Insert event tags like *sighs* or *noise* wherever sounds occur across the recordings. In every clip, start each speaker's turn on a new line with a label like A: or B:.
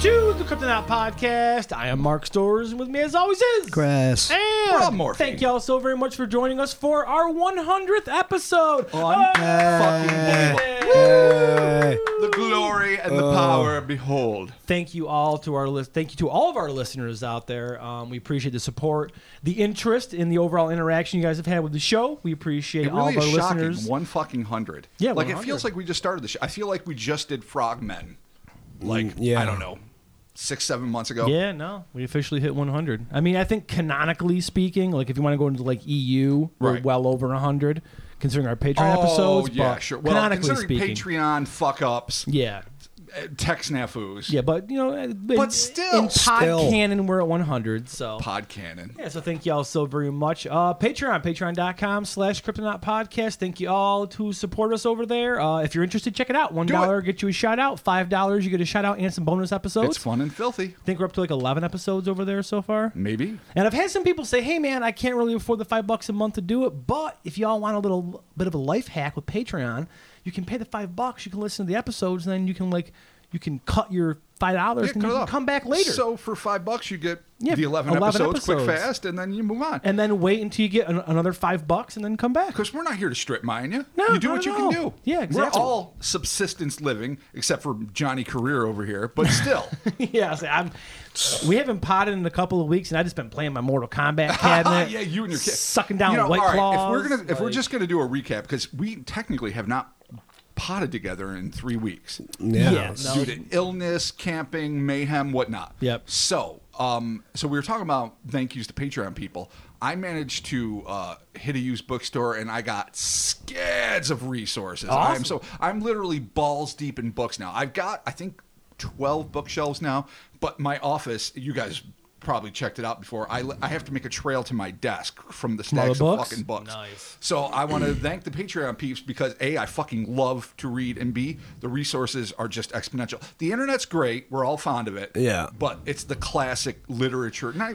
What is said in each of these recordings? A: Something Out podcast. I am Mark Storrs, and with me, as always, is
B: Chris.
A: And
C: Rob Morphy.
A: Thank y'all so very much for joining us for our 100th episode. Oh,
C: On fucking
B: Hey.
C: The glory and
A: Uh,
C: the power, behold.
A: thank you all to our list. Thank you to all of our listeners out there. Um, we appreciate the support, the interest, and the overall interaction you guys have had with the show. We appreciate
C: It
A: all
C: really
A: of our
C: is shocking.
A: listeners.
C: One fucking hundred.
A: Yeah,
C: like
A: 100.
C: it feels like we just started the show. I feel like we just did Frogmen. Like
B: yeah.
C: I don't know, six seven months ago.
A: Mm, Yeah, no, we officially hit 100. I mean, I think canonically speaking, like if you want to go into like EU, we're
C: Right.
A: well over 100 considering our Patreon
C: Oh
A: episodes.
C: yeah,
A: but
C: sure. Well,
A: canonically
C: considering
A: speaking,
C: Patreon eh, fuck ups,
A: yeah,
C: tech snafus,
A: yeah, but you know,
C: But still-
A: in pod
B: Still.
A: canon, we're at 100. So
C: pod cannon.
A: Yeah, so thank y'all so very much. Uh, Patreon, patreon.com slash kryptonaut podcast. Thank you all to support us over there. Uh, if you're interested, check it out. One
C: Do
A: dollar get you a shout out. Five dollars you get a shout out and some bonus episodes.
C: It's fun and filthy.
A: I think we're up to like eleven episodes over there so far.
C: Maybe
A: And I've had some people say, "Hey, man, I can't really afford the five bucks a month to do it." But if y'all want a little bit of a life hack with Patreon, you can pay the five bucks. You can listen to the episodes, and then you can like you can cut your five dollars
C: Yeah,
A: and
C: cut
A: you
C: it
A: can
C: off.
A: come back later.
C: So for five bucks, you get
A: Yeah,
C: the 11,
A: 11
C: episodes, quick,
A: episodes.
C: fast, and then you move on.
A: and then wait until you get an- another five bucks, and then come back.
C: Because we're not here to strip mine you.
A: No,
C: you do
A: not
C: what
A: at
C: you
A: all.
C: can do.
A: Yeah, exactly.
C: We're all subsistence living, except for Johnny Career over here.
A: *laughs*
C: But still,
A: *laughs* yeah, I was like, I'm, we haven't potted in a couple of weeks, and I just been playing my Mortal
C: *laughs*
A: Kombat cabinet.
C: Ah, yeah, you and your kid
A: sucking down
C: you know,
A: white
C: all right,
A: claws.
C: If we're gonna, if we're
A: like-
C: just gonna do a recap, because we technically have not potted together in three weeks
B: Yeah.
A: Yeah. No.
C: due to illness, camping, mayhem, whatnot.
A: Yep.
C: So, um, so we were talking about thank yous to Patreon people. I managed to uh, hit a used bookstore and I got scads of resources.
A: Awesome.
C: I'm so I'm literally balls deep in books now. I've got I think twelve bookshelves now, but my office, you guys probably checked it out before. I, I have to make a trail to my desk from the
A: all the
C: stacks of
A: books?
C: fucking books.
A: Nice.
C: So I
B: *clears throat*
C: want to thank the Patreon peeps because A, I fucking love to read, and B, the resources are just exponential. The internet's great. We're all fond of it.
B: Yeah.
C: But it's the classic literature. Not,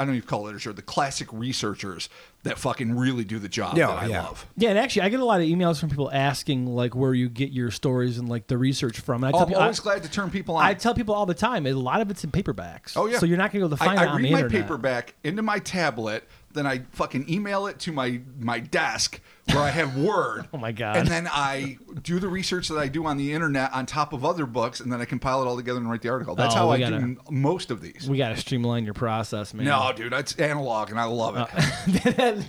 C: I don't even call it literature, the classic researchers that fucking really do the job
B: Yeah,
C: that I
B: yeah.
C: love.
A: yeah, and actually, I get a lot of emails from people asking like where you get your stories and like the research from. And I
C: Oh,
A: tell
C: I'm
A: people, I,
C: always glad to turn people on.
A: I tell people all the time, a lot of it's in paperbacks.
C: Oh yeah.
A: so you're not gonna be able to
C: I-
A: find
C: I,
A: it on
C: read
A: the
C: my
A: internet.
C: paperback into my tablet, then I fucking email it to my my desk where I have Word.
A: *laughs* Oh, my God.
C: And then I do the research that I do on the internet on top of other books, and then I compile it all together and write the article. That's
A: Oh,
C: how
A: we
C: I
A: gotta-
C: do m- most of these.
A: We gotta streamline your process, man. *laughs*
C: no, dude, that's analog, and I love it.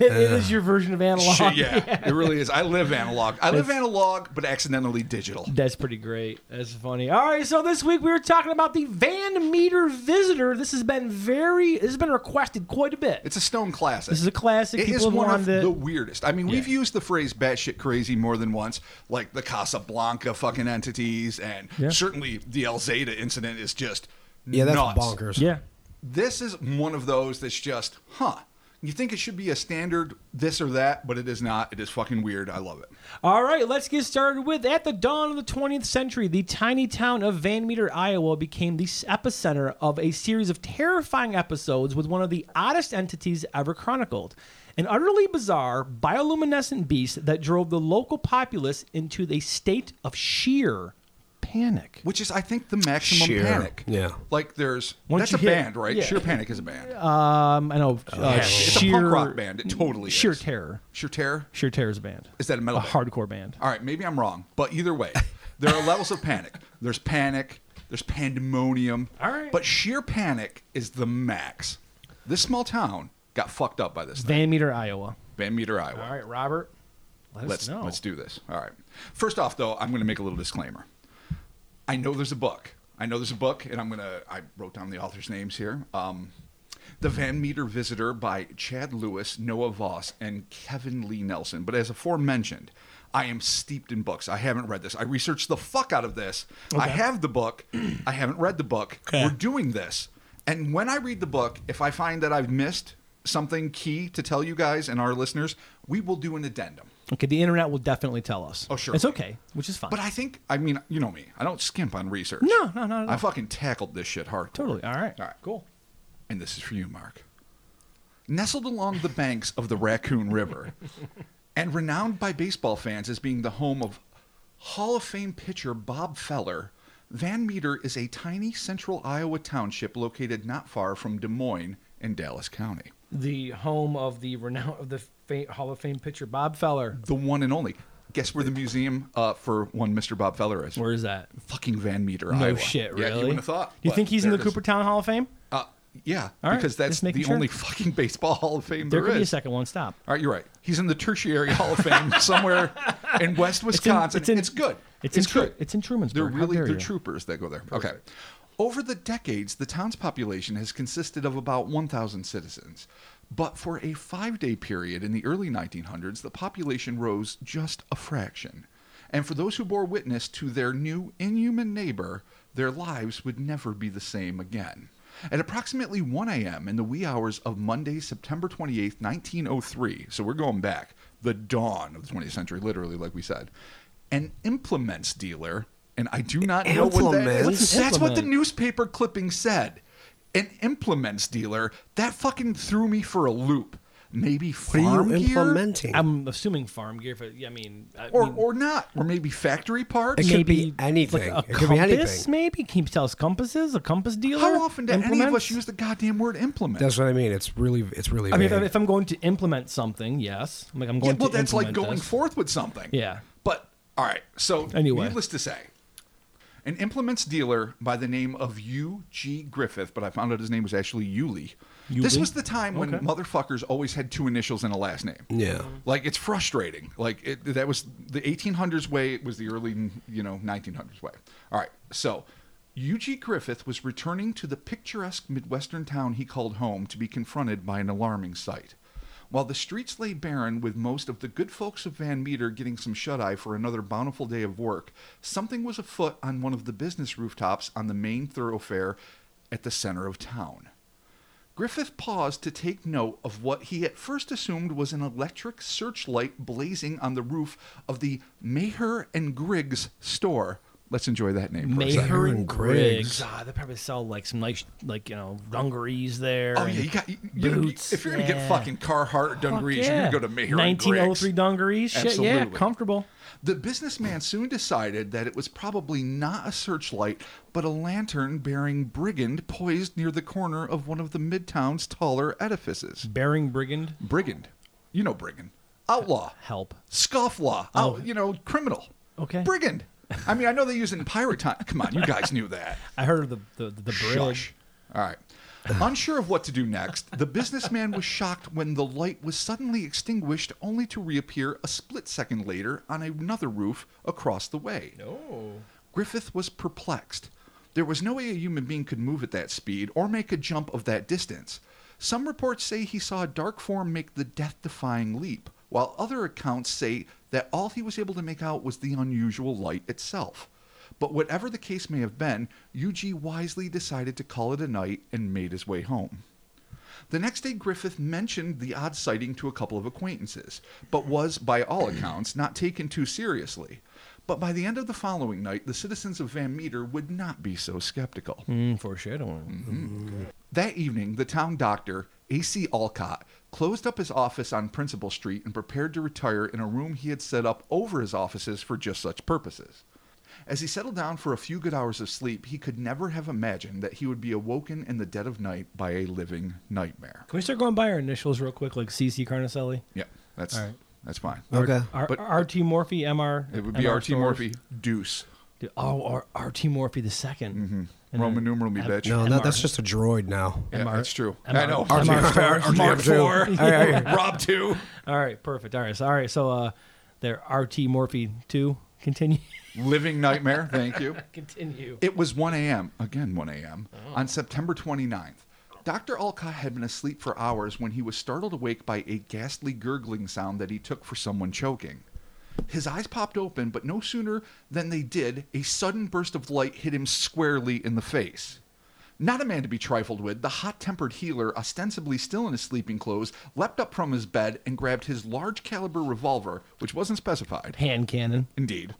A: it is your version of Uh, analog.
C: Shit, yeah, it really is. I live analog. I live analog, but accidentally digital.
A: *laughs* That's pretty great. That's funny. All right, so this week we were talking about the Van Meter Visitor. This has been very, this has been requested quite a bit.
C: It's a stone classic.
A: This is a classic.
C: It
A: People
C: is
A: have
C: one of
A: wanted it.
C: the weirdest. I mean, we've
A: Yeah.
C: used the phrase batshit crazy more than once, like the Casablanca fucking entities, and
A: Yeah.
C: certainly the El Zeta incident is just
B: Yeah, that's
C: nuts.
B: bonkers.
A: yeah.
C: This is one of those that's just, huh? You think it should be a standard this or that, but it is not. It is fucking weird. I love it.
A: All right, let's get started with at the dawn of the 20th century, the tiny town of Van Meter, Iowa became the s- epicenter of a series of terrifying episodes with one of the oddest entities ever chronicled. An utterly bizarre bioluminescent beast that drove the local populace into a state of sheer panic.
C: Which is, I think, the maximum
B: Sheer.
C: panic.
B: Yeah.
C: Like there's
A: Once
C: that's
A: you
C: a
A: hit-
C: band, right?
A: yeah.
C: Sheer panic is a band.
A: Um, I know. Uh,
C: Oh, Yeah, it's
A: sheer,
C: a punk rock band. It totally
A: Sheer
C: is.
A: terror.
C: Sheer terror.
A: Sheer terror's a band.
C: Is that a metal
A: a
C: band?
A: hardcore band?
C: All right, maybe I'm wrong, but either way, there are levels of panic. There's panic, there's pandemonium.
A: All right.
C: But sheer panic is the max. This small town got fucked up by this thing.
A: Van Meter, Iowa.
C: Van Meter, Iowa.
A: All right, Robert. Let us
C: Let's
A: know.
C: let's do this. All right. First off though, I'm going to make a little disclaimer. I know there's a book. I know there's a book and I'm going to I wrote down the authors' names here. Um the Van Meter Visitor by Chad Lewis, Noah Voss, and Kevin Lee Nelson. But as aforementioned, I am steeped in books. I haven't read this. I researched the fuck out of this. I have the book. I haven't read the book. We're doing this. And when I read the book, if I find that I've missed something key to tell you guys and our listeners, we will do an addendum.
A: Okay, the internet will definitely tell us.
C: Oh, sure.
A: It's okay, which is fine.
C: But I think, I mean, you know me. I don't skimp on research.
A: No, no, not at
C: I
A: all.
C: fucking tackled this shit hard.
A: totally. All right.
C: All right.
A: Cool.
C: And this is for you, Mark. Nestled along the banks of the
A: *laughs*
C: Raccoon River and renowned by baseball fans as being the home of Hall of Fame pitcher Bob Feller, Van Meter is a tiny central Iowa township located not far from Des Moines in Dallas County.
A: The home of the renowned of the fa- Hall of Fame pitcher Bob Feller.
C: The one and only. Guess where the museum uh, for one Mr. Bob Feller is?
A: Where is that?
C: Fucking Van Meter,
A: No
C: Iowa.
A: shit, really.
C: Yeah, you wouldn't have thought.
A: You
C: but
A: think he's in
C: there
A: the
C: it is.
A: Coopertown Hall of Fame?
C: Uh, yeah,
A: All right,
C: because
A: just
C: that's
A: making
C: the
A: sure.
C: only fucking baseball Hall of Fame
A: There
C: there
A: could be a
C: is.
A: second one. Stop.
C: All right, you're right. He's in the tertiary Hall of Fame somewhere in
A: *laughs*
C: West Wisconsin. It's,
A: in-
C: good.
A: It's in Tru-
C: good.
A: it's in Trumansburg.
C: They're
A: How
C: really
A: dare
C: they're
A: you.
C: troopers that go there. Okay. Over the decades, the town's population has consisted of about 1,000 citizens. But for a five day period in the early 1900s, the population rose just a fraction. And for those who bore witness to their new inhuman neighbor, their lives would never be the same again. At approximately 1 a.m. in the wee hours of Monday, September 28th, 1903, so we're going back, the dawn of the 20th century, literally, like we said, an implements dealer, and I do not know what that is.
A: What's an
C: That's what the
A: implement?
C: newspaper clipping said. An implements dealer, that fucking threw me for a loop. Maybe
B: What are
C: farm
B: you
C: gear?
B: implementing?
A: I'm assuming farm gear. For, I mean, I
C: Or,
A: mean,
C: or not, or maybe factory parts.
B: It could be anything.
A: Like a
B: It
A: compass,
B: could be anything.
A: maybe. Can you tell us compasses? A compass dealer?
C: How often do any of us
A: Implements?
C: use the goddamn word implement?
B: That's what I mean. It's really, it's really.
A: I mean, if,
B: vague.
A: if I'm going to implement something, yes. I'm like, I'm
C: Yeah,
A: going
C: well,
A: to
C: that's like
A: implement
C: going
A: this.
C: forth with something.
A: Yeah.
C: But all right. So
A: Anyway.
C: needless to say, an implements dealer by the name of U. G. Griffith, but I found out his name was actually Yuli. This
A: Yuli?
C: was the time when
A: Okay.
C: motherfuckers always had two initials and a last name.
B: yeah.
C: Like it's frustrating. Like it, that was the 1800s way. It was the early, you know, 1900s way. All right. So, Eugene Griffith was returning to the picturesque midwestern town he called home to be confronted by an alarming sight. While the streets lay barren, with most of the good folks of Van Meter getting some shut eye for another bountiful day of work, something was afoot on one of the business rooftops on the main thoroughfare at the center of town. Griffith paused to take note of what he at first assumed was an electric searchlight blazing on the roof of the Maher and Griggs store. Let's enjoy that name. for a second.
A: Maher and
B: and Griggs.
A: Griggs. Ah, they probably sell like some nice, like you know, dungarees there.
C: Oh
A: and
C: yeah, you got. You, you-
A: Boots,
C: if you're gonna
A: yeah.
C: get fucking Carhartt
A: fuck
C: dungarees,
A: yeah.
C: you're gonna go to Maher and Griggs.
A: 1903 dungarees. Shit, yeah,
C: Absolutely.
A: comfortable.
C: The businessman soon decided that it was probably not a searchlight, but a lantern bearing brigand poised near the corner of one of the midtown's taller edifices.
A: Bearing brigand
C: Brigand, you know brigand, outlaw.
A: help.
C: scofflaw, oh. you know, criminal,
A: Okay. *laughs*
C: brigand. I mean, I know they use it in pirate time. Come on, you guys knew that.
A: I heard of the the, the bridge.
C: Shush. All right. Unsure of what to do next, the businessman was shocked when the light was suddenly extinguished, only to reappear a split second later on another roof across the way.
A: Oh.
C: Griffith was perplexed. There was no way a human being could move at that speed or make a jump of that distance. Some reports say he saw a dark form make the death defying leap, while other accounts say that all he was able to make out was the unusual light itself. But whatever the case may have been, Yuji wisely decided to call it a night and made his way home. The next day, Griffith mentioned the odd sighting to a couple of acquaintances, but was, by all accounts, not taken too seriously. But by the end of the following night, the citizens of Van Meter would not be so skeptical.
A: Mm, foreshadowing.
C: Mm-hmm. That evening, the town doctor, A.C. Alcott, closed up his office on Principal Street and prepared to retire in a room he had set up over his offices for just such purposes. As he settled down for a few good hours of sleep, he could never have imagined that he would be awoken in the dead of night by a living nightmare.
A: Can we start going by our initials real quick, like CC Carnicelli?
C: Yeah, that's
A: All right.
C: that's fine.
B: Okay.
A: R-
C: But-
A: R- RT Morphy, MR.
C: It would be
A: MR
C: RT
A: stores.
C: Morphy Deuce.
A: Dude, Oh, or RT Morphy the 2nd
C: Mm-hmm.
A: And then
C: Roman numeral me bitch.
B: No, that, that's
A: MR.
B: just a droid now.
C: Yeah,
A: MR.
C: that's true.
A: MR.
C: I know.
A: MR. stores.
C: RT Mark
B: Two.
C: four.
B: *laughs* All right, all right.
C: *laughs* Rob two.
A: All right, perfect. All right, so, all right. So, uh, there RT Morphy two. Continue.
C: Living nightmare. Thank you.
A: Continue.
C: It was 1 a.m., again 1 a.m., on September 29th. Dr. Alcott had been asleep for hours when he was startled awake by a ghastly gurgling sound that he took for someone choking. His eyes popped open, but no sooner than they did, a sudden burst of light hit him squarely in the face. Not a man to be trifled with, the hot tempered healer, ostensibly still in his sleeping clothes, leapt up from his bed and grabbed his large caliber revolver, which wasn't specified,
A: Hand cannon.
C: Indeed.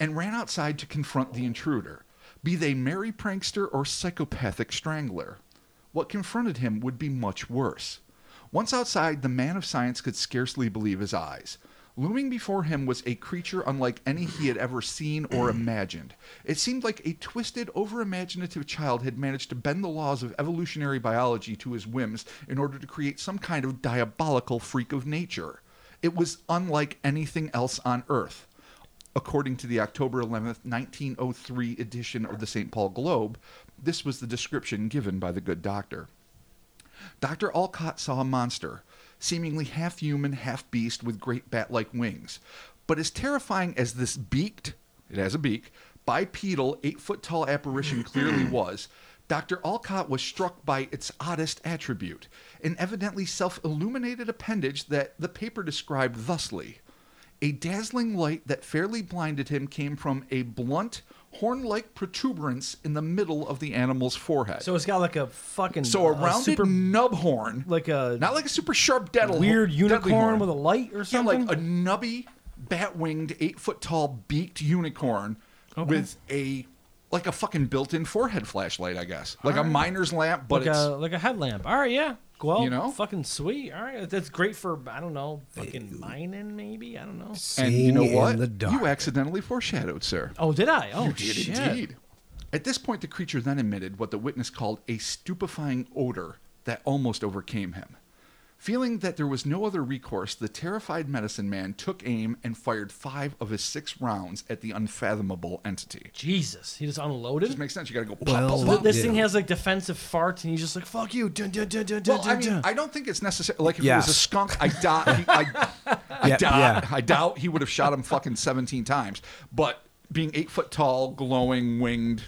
C: And ran outside to confront the intruder, be they merry prankster or psychopathic strangler. What confronted him would be much worse. Once outside, the man of science could scarcely believe his eyes. Looming before him was a creature unlike any he had ever seen or imagined. It seemed like a twisted, over imaginative child had managed to bend the laws of evolutionary biology to his whims in order to create some kind of diabolical freak of nature. It was unlike anything else on Earth. According to the October 11th, 1903 edition of the St. Paul Globe, this was the description given by the good doctor. Dr. Alcott saw a monster, seemingly half human, half beast, with great bat like wings. But as terrifying as this beaked, it has a beak, bipedal, eight foot tall apparition clearly was, Dr. Alcott was struck by its oddest attribute, an evidently self illuminated appendage that the paper described thusly. A dazzling light that fairly blinded him came from a blunt, horn like protuberance in the middle of the animal's forehead.
D: So it's got like a fucking
C: So a
D: uh,
C: rounded
D: super
C: nub horn,
D: like a
C: not like a super sharp dental
D: weird
C: deadly horn.
D: unicorn with a light or
C: yeah, like
D: something.
C: a nubby, bat-winged, eight-foot-tall, beaked unicorn with a like a fucking built-in forehead flashlight, I guess, like a miner's lamp, but
A: like
C: it's
A: a like a headlamp. All right, yeah.
D: well,
C: you know?
D: fucking sweet. All right, that's great for I don't know, fucking mining maybe. I don't know.
C: and you know
B: Seeing
C: what?
B: In the dark.
C: You accidentally foreshadowed, sir.
A: Oh, did I? Oh, shit.
C: At this point, the creature then emitted what the witness called a stupefying odor that almost overcame him. Feeling that there was no other recourse, the terrified medicine man took aim and fired five of his six rounds at the unfathomable entity.
A: Jesus, he just unloaded.
C: This makes sense. You gotta go pop,
B: Well,
C: pop,
A: Th-
C: pop.
A: this
B: Yeah.
A: thing has like defensive farts, and he's just like, "Fuck you!" Dun, dun, dun, dun, dun,
C: Well, I
A: dun,
C: mean,
A: dun.
C: I don't think it's necessary. Like, if it was
B: Yes.
C: a skunk, I doubt, he, I, I
B: Yeah,
C: doubt,
B: yeah.
C: I doubt he would have shot him fucking seventeen times. But being eight foot tall, glowing, winged,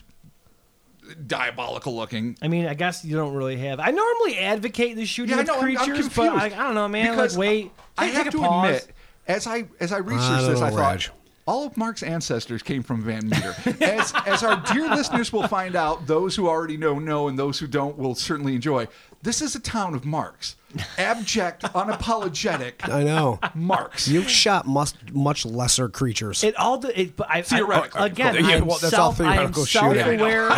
C: diabolical looking,
A: I mean, I guess you don't really have. I normally advocate the shooting
C: yeah, I
A: of
C: know. I'm- I'm
A: creatures,
C: confused.
A: but I, I don't know, man.
C: Because
A: like, wait,
C: I
A: take
C: have
A: a
C: to
A: pause.
C: admit, as I as I researched
B: I don't
C: this, I
B: know,
C: thought
B: Raj.
C: all of Mark's ancestors came from Van Meter. as as our dear listeners will find out, those who already know know, and those who don't will certainly enjoy. This is a town of Marks, abject, unapologetic
A: *laughs*
B: I know.
C: Marks.
B: You've shot much, much lesser creatures.
A: It all the it, but I,
C: Theoretical.
A: I, again.
B: Yeah,
A: I'm
B: well, that's all
A: self, I am
B: theoretical shooting.
A: self-aware. *laughs*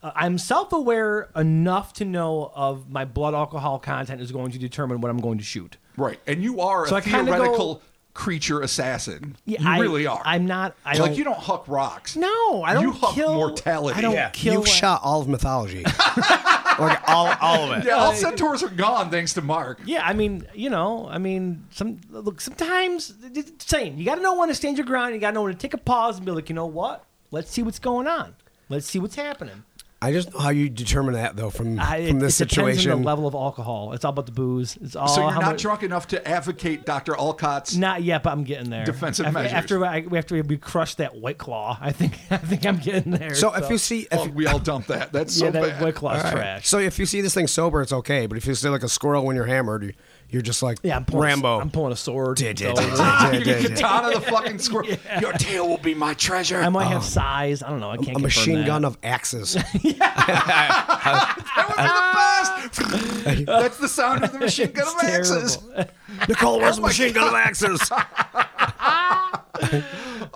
A: Uh, I'm self-aware enough to know of my blood alcohol content is going to determine what I'm going to shoot.
C: Right, and you are a
A: So I kinda
C: theoretical creature assassin.
A: Yeah,
C: you
A: I-
C: really are.
A: I'm not. I
C: like
A: don't,
C: you don't huck rocks.
A: No, I don't
C: You huck
A: kill
C: mortality.
A: I don't
C: Yeah.
A: kill.
B: You've shot all
A: *laughs*
B: of mythology. like all, all of it.
C: Yeah, all centaurs are gone thanks to Mark.
A: Yeah, I mean, you know, I mean, some look. Sometimes, it's saying you got to know when to stand your ground. You got to know when to take a pause and be like, you know what? Let's see what's going on. Let's see what's happening.
B: I just know how you determine that though from
A: I,
B: from
A: it,
B: this
A: it depends
B: situation.
A: on the level of alcohol. It's all about the booze. It's all.
C: So you're
A: Oh, how
C: not
A: much-
C: drunk enough to advocate Dr. Alcott's
A: Not yet, but I'm getting there.
C: Defensive
A: after,
C: measures.
A: After I, after we crush that white claw, *laughs* I think I think I'm getting there.
B: so if you see, if,
C: Oh, we all dump that. That's
A: yeah,
C: so
A: that
C: bad. *laughs*
A: white claw's trash.
B: so if you see this thing sober, it's okay. But if you see like a squirrel when you're hammered, you, you're just like
A: yeah, I'm pulling,
B: Rambo.
A: I'm pulling a sword.
B: Did, did,
A: So-
B: did, did,
C: You're
B: did,
C: gonna
B: did.
C: get tired of the fucking squirrel.
A: *laughs*
C: Your tail will be my treasure.
A: I might have size. I don't know. I can't
B: A
A: confirm
B: machine
A: that.
B: gun of axes.
C: that
A: *laughs*
C: was the best. That's the sound of the machine gun of
A: It's
C: axes.
A: *laughs*
B: Nicole, where's the machine gun of axes?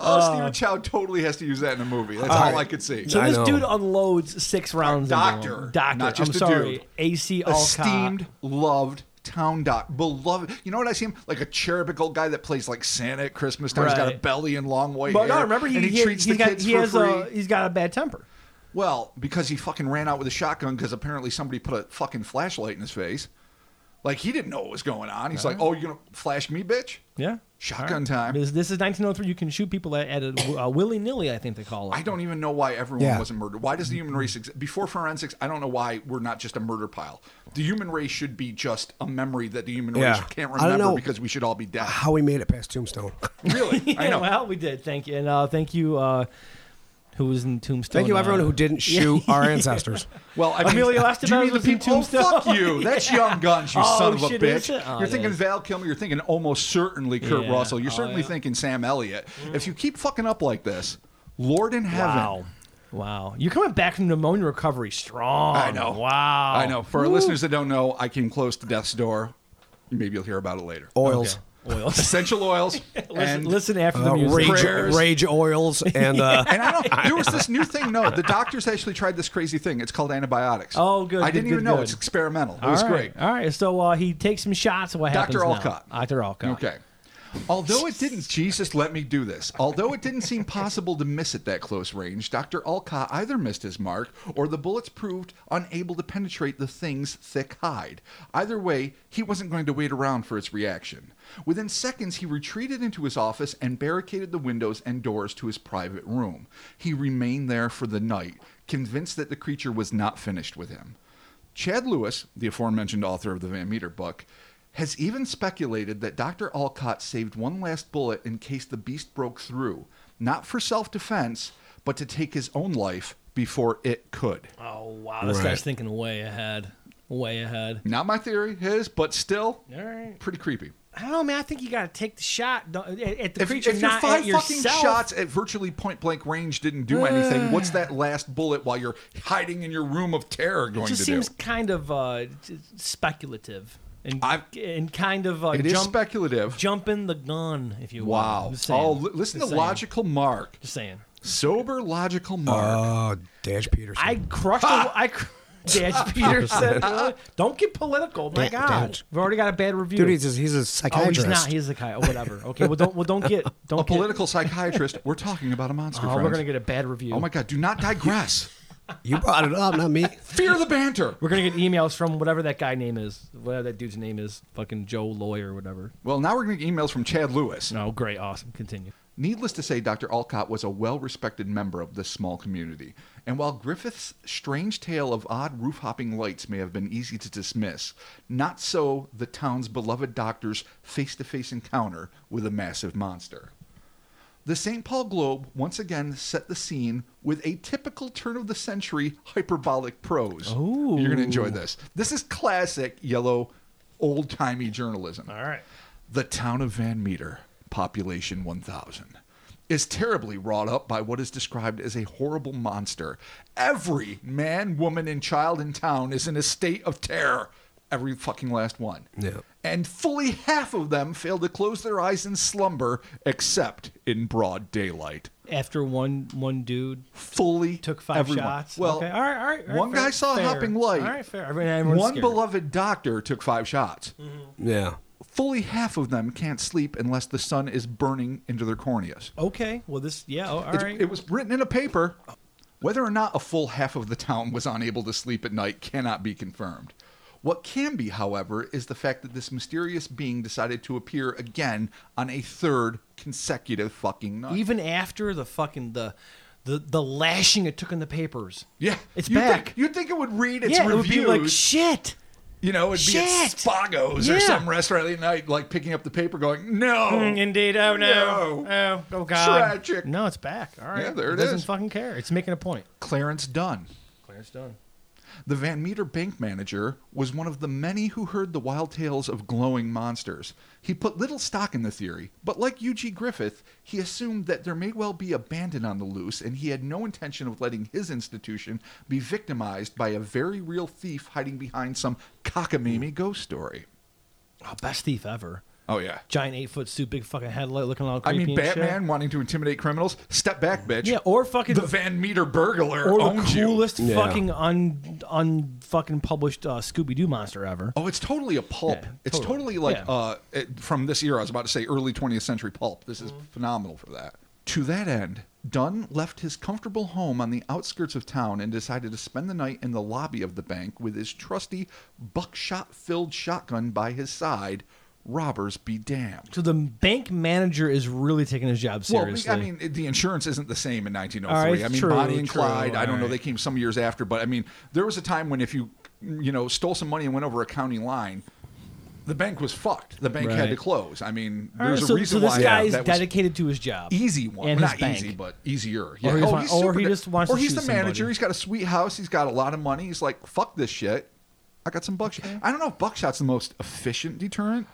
C: Oh, Stephen Chow totally has to use that in a movie. That's all I could see.
A: So
B: I
A: this
B: know.
A: dude unloads six rounds. into
C: doctor,
A: him. doctor,
C: not just
A: I'm
C: a
A: sorry,
C: dude.
A: AC Alcott.
C: Esteemed, loved town doc, beloved. You know what I see him like a cherubic old guy that plays like Santa at Christmas time. He's got a
A: Right.
C: belly and long white
A: But
C: hair.
A: no, remember he,
C: and he,
A: he,
C: treats
A: he's
C: the
A: got,
C: kids
A: he
C: for
A: has
C: free.
A: A, he's got a bad temper.
C: Well, because he fucking ran out with a shotgun because apparently somebody put a fucking flashlight in his face. Like he didn't know what was going on. He's like, "Oh, you're gonna flash me, bitch."
A: Yeah.
C: Shotgun time.
A: This, this is 1903. You can shoot people at, at a, uh, willy nilly. I think they call it. *laughs*
C: I don't even know why everyone
B: Yeah.
C: wasn't murdered. Why does the human race exist? Before forensics, I don't know why we're not just a murder pile. The human race should be just a memory that the human
B: Yeah.
C: race can't
B: I don't
C: remember
B: know.
C: because we should all
A: *laughs*
C: be dead.
B: How we made it past Tombstone.
C: Really? I
A: Yeah,
C: know.
A: well, we did. Thank you, and uh, thank you. Uh, who was in Tombstone?
B: Thank you,
A: uh,
B: everyone who didn't shoot our ancestors.
C: Well, I mean,
A: Emilio
C: do you
A: Estevez
C: mean the
A: was in
C: people? Oh,
A: Tombstone?
C: fuck
A: *laughs*
C: you! That's Young Guns, you
A: Oh,
C: son of a
A: shit, is
C: bitch.
A: it? Oh,
C: you're
A: it
C: thinking
A: is.
C: Val Kilmer. You're thinking almost certainly Kurt
A: Yeah.
C: Russell. You're
A: Oh,
C: certainly
A: yeah. Mm.
C: thinking Sam Elliott. If you keep fucking up like this, Lord in heaven.
A: Wow. Wow. You're coming back from pneumonia recovery strong.
C: I know.
A: Wow.
C: I know. For our listeners that don't know, I came close to death's door. Maybe you'll hear about it later. Oh,
B: Oils.
A: *laughs* Oils.
C: Essential oils.
A: listen,
C: and,
A: listen after the
B: Uh,
A: music.
B: rage,
C: Prayers.
B: rage oils and uh,
C: And
A: *laughs*
C: I don't. There was this new thing. No, the doctors actually tried this crazy thing. It's called antibiotics.
A: Oh, good,
C: I
A: good,
C: didn't
A: good,
C: even know
A: good.
C: it's experimental. It
A: All
C: was
A: right,
C: great.
A: All right. So uh, he takes some shots. What
C: Dr.
A: happens now?
C: Alcott.
A: Dr. Alcott.
C: Okay. Although it didn't, Jesus, let me do this. Although it didn't seem possible to miss at that close range, Dr. Alcott either missed his mark or the bullets proved unable to penetrate the thing's thick hide. Either way, he wasn't going to wait around for its reaction. Within seconds, he retreated into his office and barricaded the windows and doors to his private room. He remained there for the night, convinced that the creature was not finished with him. Chad Lewis, the aforementioned author of the Van Meter book, has even speculated that Dr. Alcott saved one last bullet in case the beast broke through, not for self defense, but to take his own life before it could.
D: Oh wow, this
B: Right.
D: guy's thinking way ahead, way ahead.
C: Not my theory, his, but still,
D: All right.
C: pretty creepy.
A: I don't know, man. I think you got to take the shot don't- at at the
C: If,
A: creature,
C: if your
A: not
C: five
A: at
C: fucking
A: yourself.
C: shots at virtually point blank range didn't do anything, what's that last bullet while you're hiding in your room of terror going
D: It
C: to
D: just seems
C: do?
D: kind of uh, t- speculative and
C: I've-
D: and kind of uh,
C: It is
D: jump,
C: speculative.
D: jumping the gun, if you will.
C: Wow.
D: Just saying.
C: Oh, li- listen to
D: Just saying.
C: logical Mark.
D: Just saying.
C: Sober logical
A: Uh,
C: Mark.
B: Oh, Dash Peterson.
A: I crushed. A, I cr- *laughs* Dash Peterson.
C: *laughs*
A: really? Don't get political. My
B: Da-
A: God,
B: Dash.
A: we've already got a bad review.
B: Dude, he's a, he's a
A: oh,
B: psychiatrist.
A: he's not. He's a guy. Oh, whatever. Okay. Well, don't. Well, don't get. Don't
C: *laughs* a
A: get.
C: political psychiatrist. We're talking about
A: *laughs*
C: a monster.
A: Oh,
C: friends.
A: we're gonna get a bad review.
C: Oh my God! Do
A: *laughs*
C: not digress.
B: You brought it up, not me.
C: Fear the banter.
A: We're gonna get emails from whatever that guy name is, whatever that dude's name is, fucking Joe Loy or whatever.
C: Well, now we're going to get emails from Chad Lewis.
A: No, great, awesome. Continue.
C: Needless to say, Dr. Alcott was a well respected member of this small community. And while Griffith's strange tale of odd roof hopping lights may have been easy to dismiss, not so the town's beloved doctor's face to face encounter with a massive monster. The St. Paul Globe once again set the scene with a typical turn of the century hyperbolic prose. Ooh. You're going to enjoy this. This is classic yellow, old timey journalism.
D: All right.
C: The town of Van Meter, population 1,000, is terribly wrought up by what is described as a horrible monster. Every man, woman, and child in town is in a state of terror. Every fucking last one.
B: Yeah.
C: And fully half of them fail to close their eyes in slumber except in broad daylight.
A: After one one dude
C: Fully
A: took five
C: everyone.
A: shots.
C: Well,
A: okay. all right, all right. all right,
C: one
A: fair,
C: guy saw a
A: fair.
C: hopping light.
A: All right, fair. Everyone- everyone's
C: one
A: scared.
C: beloved doctor took five shots
B: Yeah.
C: fully half of them can't sleep unless the sun is burning into their corneas.
A: Okay. Well, this. Yeah. Oh, all right.
C: It, it was written in a paper. Whether or not a full half of the town was unable to sleep at night cannot be confirmed. What can be, however, is the fact that this mysterious being decided to appear again on a third consecutive fucking night.
A: Even after the fucking the the the lashing it took in the papers.
C: yeah,
A: It's
C: you'd
A: back.
C: Think, you'd think it would read its
A: yeah,
C: reviews.
A: it would be like shit.
C: you know, it'd be at
A: Shit.
C: Spago's or
A: Yeah.
C: some restaurant at night, like picking up the paper, going,
A: *laughs*
C: "No,
A: Indeed. Oh
C: no.
A: Oh, oh
C: God. Tragic.
A: No, it's back. All right.
C: Yeah, there it
A: doesn't
C: is.
A: fucking care. It's making a point.
C: Clarence Dunn."
A: Clarence done.
C: The Van Meter bank manager was one of the many who heard the wild tales of glowing monsters. He put little stock in the theory, but like U.G. Griffith, he assumed that there may well be a bandit on the loose, and he had no intention of letting his institution be victimized by a very real thief hiding behind some cockamamie ghost story.
A: Oh, best thief ever.
C: Oh, yeah.
A: Giant eight foot suit, big fucking headlight, looking all
C: I
A: creepy.
C: mean,
A: and shit.
C: Batman wanting to intimidate criminals? Step back, bitch.
A: Yeah, or fucking
C: the Van Meter burglar
A: or the
C: owns you.
A: coolest
B: Yeah.
A: fucking un un fucking published uh, Scooby Doo monster ever.
C: Oh, it's totally a pulp.
A: Yeah,
C: It's
A: totally.
C: totally like
A: Yeah.
C: uh, it, from this era. I was about to say early 20th century pulp. This
A: Mm-hmm.
C: is phenomenal for that. To that end, Dunn left his comfortable home on the outskirts of town and decided to spend the night in the lobby of the bank with his trusty buckshot-filled shotgun by his side. Robbers be damned.
A: So the bank manager is really taking his job seriously.
C: Well, I mean, the insurance isn't the same in 1903.
A: All right,
C: I mean,
A: true,
C: Bonnie and
A: true,
C: Clyde. I
A: all
C: don't know.
A: right.
C: They came some years after, but I mean, there was a time when if you, you know, stole some money and went over a county line, the bank was fucked. The bank had
A: Right.
C: to close. I mean,
A: All right,
C: there's
A: Uh, so,
C: a
A: so
C: reason
A: this
C: why uh,
A: guy is
C: that was
A: dedicated to his job.
C: easy one.
A: and
C: Well,
A: his
C: Not
A: bank.
C: easy, but easier.
A: he just
C: Oh,
A: wa-
C: he's
A: or
C: super
A: he
C: de-
A: just wants
C: or
A: to
C: he's
A: shoot
C: the manager.
A: somebody.
C: He's got a sweet house. He's got a lot of money. He's like, fuck this shit. I got some buckshot. I don't know if buckshot's the most efficient deterrent.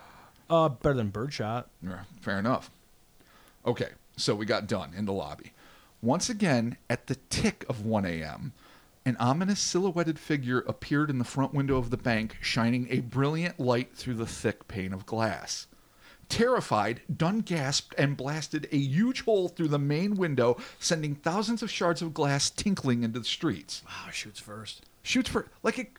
A: Uh, better than birdshot.
C: Yeah, fair enough. Okay, so we got done in the lobby. Once again, at the tick of 1 a.m., an ominous silhouetted figure appeared in the front window of the bank, shining a brilliant light through the thick pane of glass. Terrified, Dunn gasped and blasted a huge hole through the main window, sending thousands of shards of glass tinkling into the streets.
A: Oh, shoots first.
C: Shoots for like it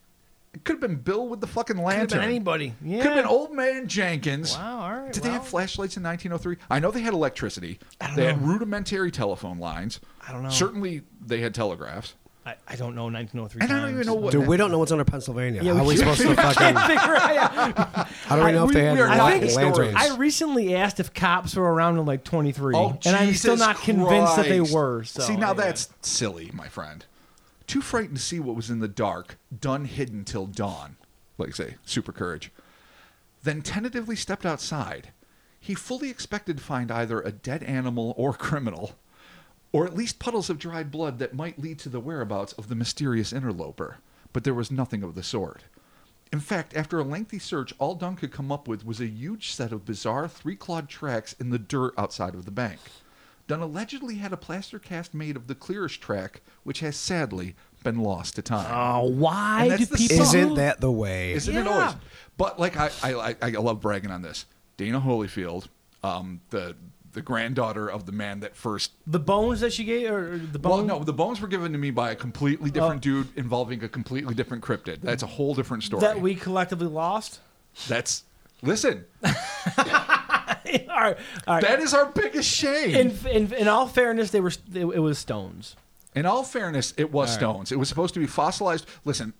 C: It could have been Bill with the fucking lantern.
D: Could have been anybody. Yeah.
C: Could have been old man Jenkins.
D: Wow, all right,
C: Did they
D: well.
C: have flashlights in 1903? I know they had electricity. They had rudimentary telephone lines.
D: I don't know.
C: Certainly, they had telegraphs.
D: I, I don't know 1903.
C: And I don't
D: times.
C: even know what.
B: Dude, we don't know what's under Pennsylvania. How
A: *laughs*
B: are we supposed to fucking?
A: Figure out-
B: How do we know if
C: we-
B: they had
C: we are
A: not
B: li-
A: getting
B: lanterns?
C: stories.
A: I recently asked if cops were around in like 23,
C: Oh,
A: and I'm still
C: Jesus
A: not convinced that they
C: Christ.
A: were. So,
C: see, now
A: anyway.
C: that's silly, my friend. Too frightened to see what was in the dark, done hidden till dawn. Like I say, super courage. Then tentatively stepped outside. He fully expected to find either a dead animal or criminal, or at least puddles of dry blood that might lead to the whereabouts of the mysterious interloper. But there was nothing of the sort. In fact, after a lengthy search, all Dunn could come up with was a huge set of bizarre three clawed tracks in the dirt outside of the bank. Dunn allegedly had a plaster cast made of the clearest track, which has sadly been lost to time.
A: Oh, why
C: And
A: do
C: that's the
A: people?
B: Isn't that the way?
C: Isn't it
A: yeah.
C: always? But like I, I, I- I love bragging on this. Dana Holyfield, um, the the granddaughter of the man that first.
A: the bones that she gave, or the
C: Well,
A: bones?
C: no, the bones were given to me by a
A: Oh.
C: completely different dude involving a completely different cryptid. That's a whole different story.
A: that we collectively lost. *laughs*
C: That's listen.
A: all right, all right.
C: That is our biggest shame.
A: In, in, in all fairness, they were it, it was stones.
C: In all fairness, it was stones. It was supposed to be fossilized. Listen,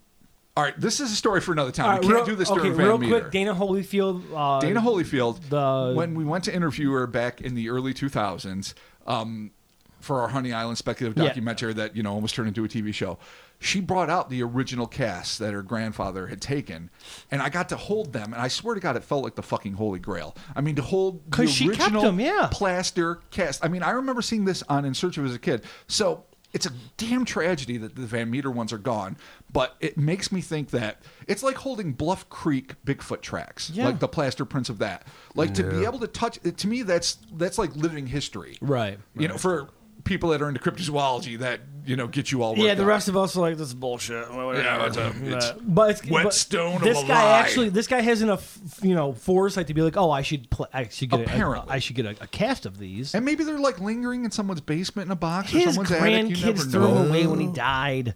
C: all right, this is a story for another time.
A: All right,
C: we can't
A: real-
C: do this during
A: okay,
C: Van
A: real
C: Meter.
A: quick. Dana Holyfield. Uh,
C: Dana Holyfield,
A: the-
C: when we went to interview her back in the early 2000s um, for our Honey Island speculative
A: Yeah.
C: documentary that, you know, almost turned into a TV show, she brought out the original casts that her grandfather had taken, and I got to hold them, and I swear to God, it felt like the fucking holy grail. I mean, to hold the
A: 'Cause she kept
C: original
A: them, yeah.
C: plaster cast. I mean, I remember seeing this on In Search of as a kid. So it's a damn tragedy that the Van Meter ones are gone, but it makes me think that it's like holding Bluff Creek Bigfoot tracks,
A: Yeah.
C: like the plaster prints of that. Like to be able to touch to me, that's that's like living history,
A: Right.
C: You know, for people that are into cryptozoology, that you know get you all
A: Yeah,
C: worked
A: the
C: up.
A: rest of us are like this is bullshit. whatever.
C: Yeah, it's a- it's
A: but it's, but
C: whetstone of
A: This
C: a
A: guy
C: lie.
A: actually, this guy has enough, you know, foresight to be like, oh, I should, pl- I should get, a,
C: Apparently.
A: I should get a, a cast of these.
C: And maybe they're like lingering in someone's basement in a box or
A: His
C: someone's attic. You never
A: grandkids threw
C: know.
A: them away when he died.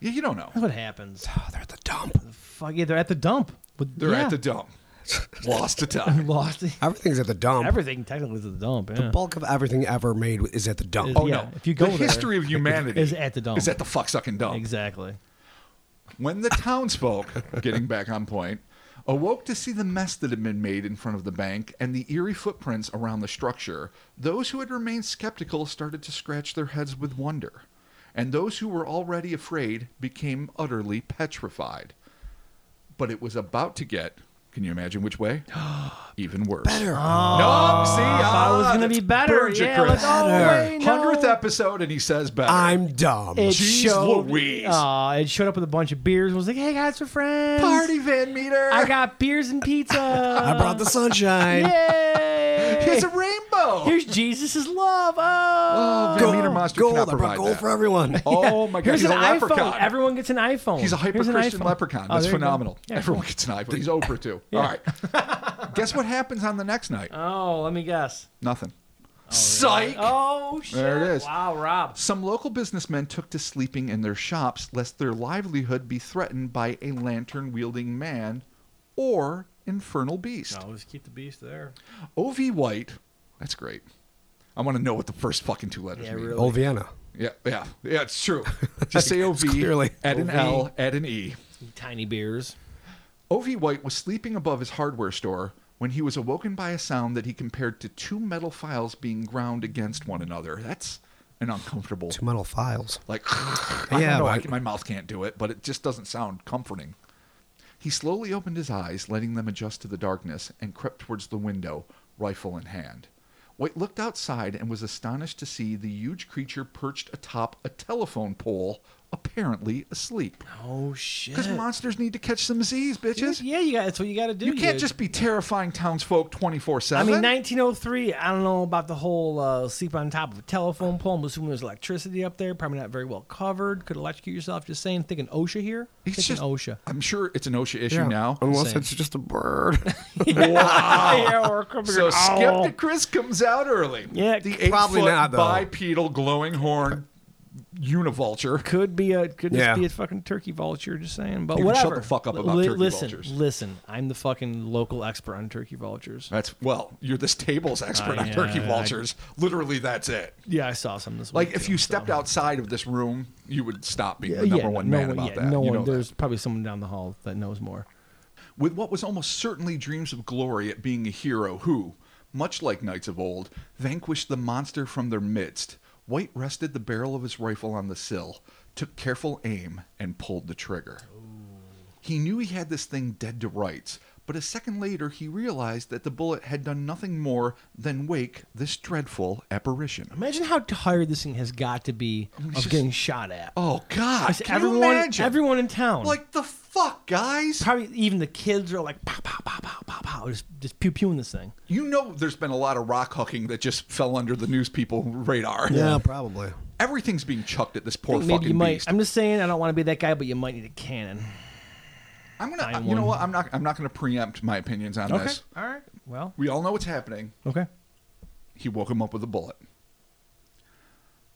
C: Yeah, you don't know.
A: That's what happens.
B: Oh, they're at the dump.
A: Fuck yeah, they're at the dump. But
C: They're
A: yeah.
C: at
A: *laughs*
C: the dump, lost to time.
A: lost
B: Everything's at the dump.
A: everything. Technically, is at the dump. Yeah.
B: Bulk of everything ever made is at the dump.
C: Oh
A: Yeah,
C: no!
A: if you go
C: the
A: there,
C: history of humanity
A: is at the dump.
C: Is at the fuck sucking dump.
A: exactly.
C: When the townsfolk, getting back on point, awoke to see the mess that had been made in front of the bank and the eerie footprints around the structure, those who had remained skeptical started to scratch their heads with wonder, and those who were already afraid became utterly petrified. But it was about to get. Can you imagine
A: *gasps*
C: which way? Even worse. Better. no, see, ah,
A: Thought it was gonna be better. Yeah, let's all the way, no.
C: Hundredth episode, and he says better.
B: I'm dumb.
A: It
C: Jeez
A: showed.
C: Louise.
A: Aw, it showed up with a bunch of beers. and Was like, hey guys, we're friends.
C: party Van Meter.
A: I got beers and
C: *laughs*
A: pizza.
B: I brought the
A: *laughs*
B: sunshine.
A: Yay!
C: Here's a rainbow.
A: Here's Jesus' love. Oh,
C: Oh, Van Meter Monster
B: gold.
C: cannot
B: I brought
C: provide
B: gold
C: that.
B: for everyone.
C: Oh my God!
A: here's
C: he's
A: an
C: a
A: iPhone.
C: leprechaun.
A: Everyone gets an iPhone.
C: he's a
A: Here's an
C: hyper-Christian
A: iPhone.
C: leprechaun.
A: Oh,
C: That's
A: there you go.
C: phenomenal.
A: *laughs* Yeah,
C: Everyone gets an iPhone. He's over two. All right. *laughs* Guess what happens on the next night?
A: cool. Oh, let me guess.
C: Nothing. Psych.
A: Oh shit!
C: There it is.
A: Wow, Rob.
C: Some local businessmen took to sleeping in their shops lest their livelihood be threatened by a lantern-wielding man or infernal beast.
D: Always keep the beast there.
C: Ov White. That's great. I want to know what the first fucking two letters
A: Yeah,
C: mean.
A: really.
B: Old Vienna.
C: Yeah, yeah, yeah. It's true. Just say Ov.
B: clearly-
C: Add an
A: OV.
C: L. Add an E.
A: Tiny beers.
C: O.V. White was sleeping above his hardware store when he was awoken by a sound that he compared to two metal files being ground against one another. That's an uncomfortable,
B: Two metal files.
C: like, *sighs* I
B: Yeah,
C: don't know, I
B: but-
C: can- my mouth can't do it, but it just doesn't sound comforting. He slowly opened his eyes, letting them adjust to the darkness, and crept towards the window, rifle in hand. White looked outside and was astonished to see the huge creature perched atop a telephone pole, apparently asleep.
A: Oh shit!
C: Because monsters need to catch some Z's, bitches.
A: Yeah, you got. That's what you got to do.
C: You can't just be terrifying townsfolk 24
A: I
C: 7.
A: mean, 1903. I don't know about the whole uh, sleep on top of a telephone pole. I'm assuming there's electricity up there. Probably not very well covered. Could electrocute yourself. Just saying. Thinking OSHA here.
C: it's
A: Thinking
C: just
A: OSHA.
C: I'm sure it's an OSHA issue now.
B: Unless
A: Same.
B: it's just a bird.
D: Oh.
A: yeah, or could be
C: So
A: an owl.
C: Skeptic Chris comes out early.
A: Yeah,
C: the eight
B: probably
C: foot
B: not, though.
C: bipedal glowing horn univulture.
D: Could be a could just
B: Yeah.
D: be a fucking turkey vulture. Just saying, but
C: You can shut
D: whatever.
C: the fuck up about turkey
D: listen,
C: vultures.
D: listen. I'm the fucking local expert on turkey vultures.
C: That's well, you're this table's expert
D: I-
C: on turkey
D: Uh, I-
C: vultures. Literally, that's it.
D: Yeah, I saw some this week.
C: Like if
D: too,
C: you
D: so.
C: stepped outside of this room, you would stop being
D: Yeah,
C: the number
D: yeah,
C: one
D: no
C: man
D: one-
C: about
D: yeah,
C: that.
D: No
C: you
D: one.
C: know that.
D: there's probably someone down the hall that knows more.
C: with what was almost certainly dreams of glory at being a hero who, much like knights of old, vanquished the monster from their midst, White rested the barrel of his rifle on the sill, took careful aim, and pulled the trigger. He knew he had this thing dead to rights, but a second later he realized that the bullet had done nothing more than wake this dreadful apparition.
A: Imagine how tired this thing has got to be of
C: just-
A: getting shot at.
C: Oh God!
A: It's
C: Can
A: everyone,
C: you imagine?
A: everyone in town,
C: like the fuck, guys!
A: probably even the kids are like pow pow pow pow pow pow, just just pew pewing this thing.
C: You know, there's been a lot of rock hucking that just fell under the news people radar.
B: Yeah, probably.
C: everything's being chucked at this poor
A: Maybe
C: fucking
A: you might.
C: beast.
A: I'm just saying, I don't want to be that guy, but you might need a cannon.
C: I'm gonna, you know what? I'm not, I'm not gonna preempt my opinions on this.
D: All right. Well.
C: We all know what's happening.
D: Okay.
C: He woke him up with a bullet.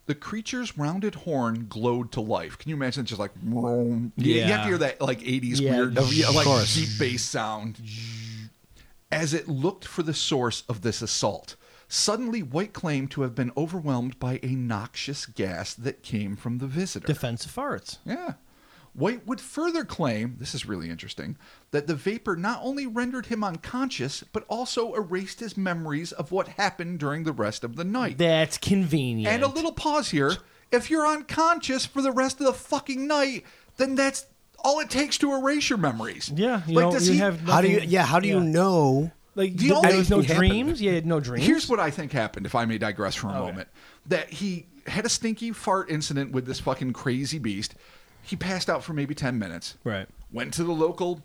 C: The creature's rounded horn glowed to life. Can you imagine? It's just like, vroom. You- you have
D: Yeah.
C: to hear that like 80s
A: Yeah.
C: weird, of yeah, like
B: course.
C: deep bass sound. As it looked for the source of this assault, suddenly White claimed to have been overwhelmed by a noxious gas that came from the visitor.
D: Defensive farts.
C: Yeah. White would further claim, this is really interesting, that the vapor not only rendered him unconscious, but also erased his memories of what happened during the rest of the night.
A: That's convenient.
C: and a little pause here. If you're unconscious for the rest of the fucking night, then that's all it takes to erase your memories.
D: Yeah. You know,
C: does
D: you
C: he-
D: have
B: How do you?
D: nothing-
B: Yeah, how do you know?
D: Like
C: The
D: th-
C: only
D: there was no
B: thing happened-
D: dreams. Yeah, no dreams.
C: Here's what I think happened, if I may digress for a moment. That he had a stinky fart incident with this fucking crazy beast. He passed out for maybe 10 minutes.
D: Right.
C: Went to the local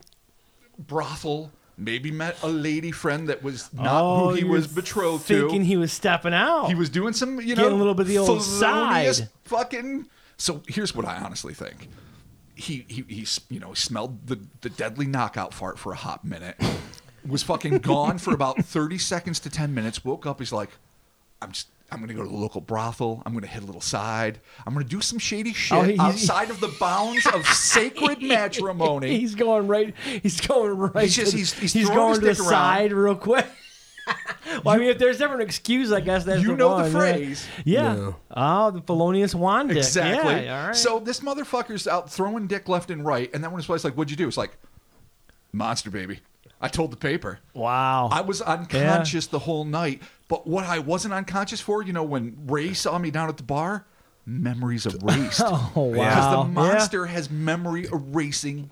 C: brothel, maybe met a lady friend that was not
D: Oh,
C: who he
D: you
C: was
D: were
C: betrothed
D: thinking
C: to.
D: he was stepping out.
C: He was doing some, you know,
D: Getting a little bit of the old
C: felonious
D: side.
C: Fucking. So here's what I honestly think. He he he, s- you know, smelled the the deadly knockout fart for a hot minute. Was fucking gone
D: *laughs*
C: for about thirty seconds to ten minutes. Woke up. He's like, I'm just. I'm gonna go to the local brothel. I'm gonna hit a little side. I'm gonna do some shady shit
D: Oh, he's-
C: outside of the bounds
D: *laughs*
C: of sacred matrimony.
D: He's going right. He's going right.
C: He's just-
D: to,
C: he's- he's throwing
D: going
C: his
D: to the
C: dick around.
D: side real quick. *laughs* well, I mean, if there's ever an excuse, I guess that's
C: You
D: the
C: know the
D: one, yeah.
C: phrase.
D: Yeah.
B: No.
D: Oh, the felonious wand. dick.
C: Exactly.
D: Yeah, all right.
C: So this motherfucker's out throwing dick left and right, and then when his wife's like, "What'd you do?" It's like, "Monster baby." I told the paper.
D: wow.
C: I was unconscious the whole night, but what I wasn't unconscious for, you know, when Ray saw me down at the bar,
D: *laughs*
C: memories erased.
D: oh wow.
C: Because the
D: Yeah.
C: monster has memory erasing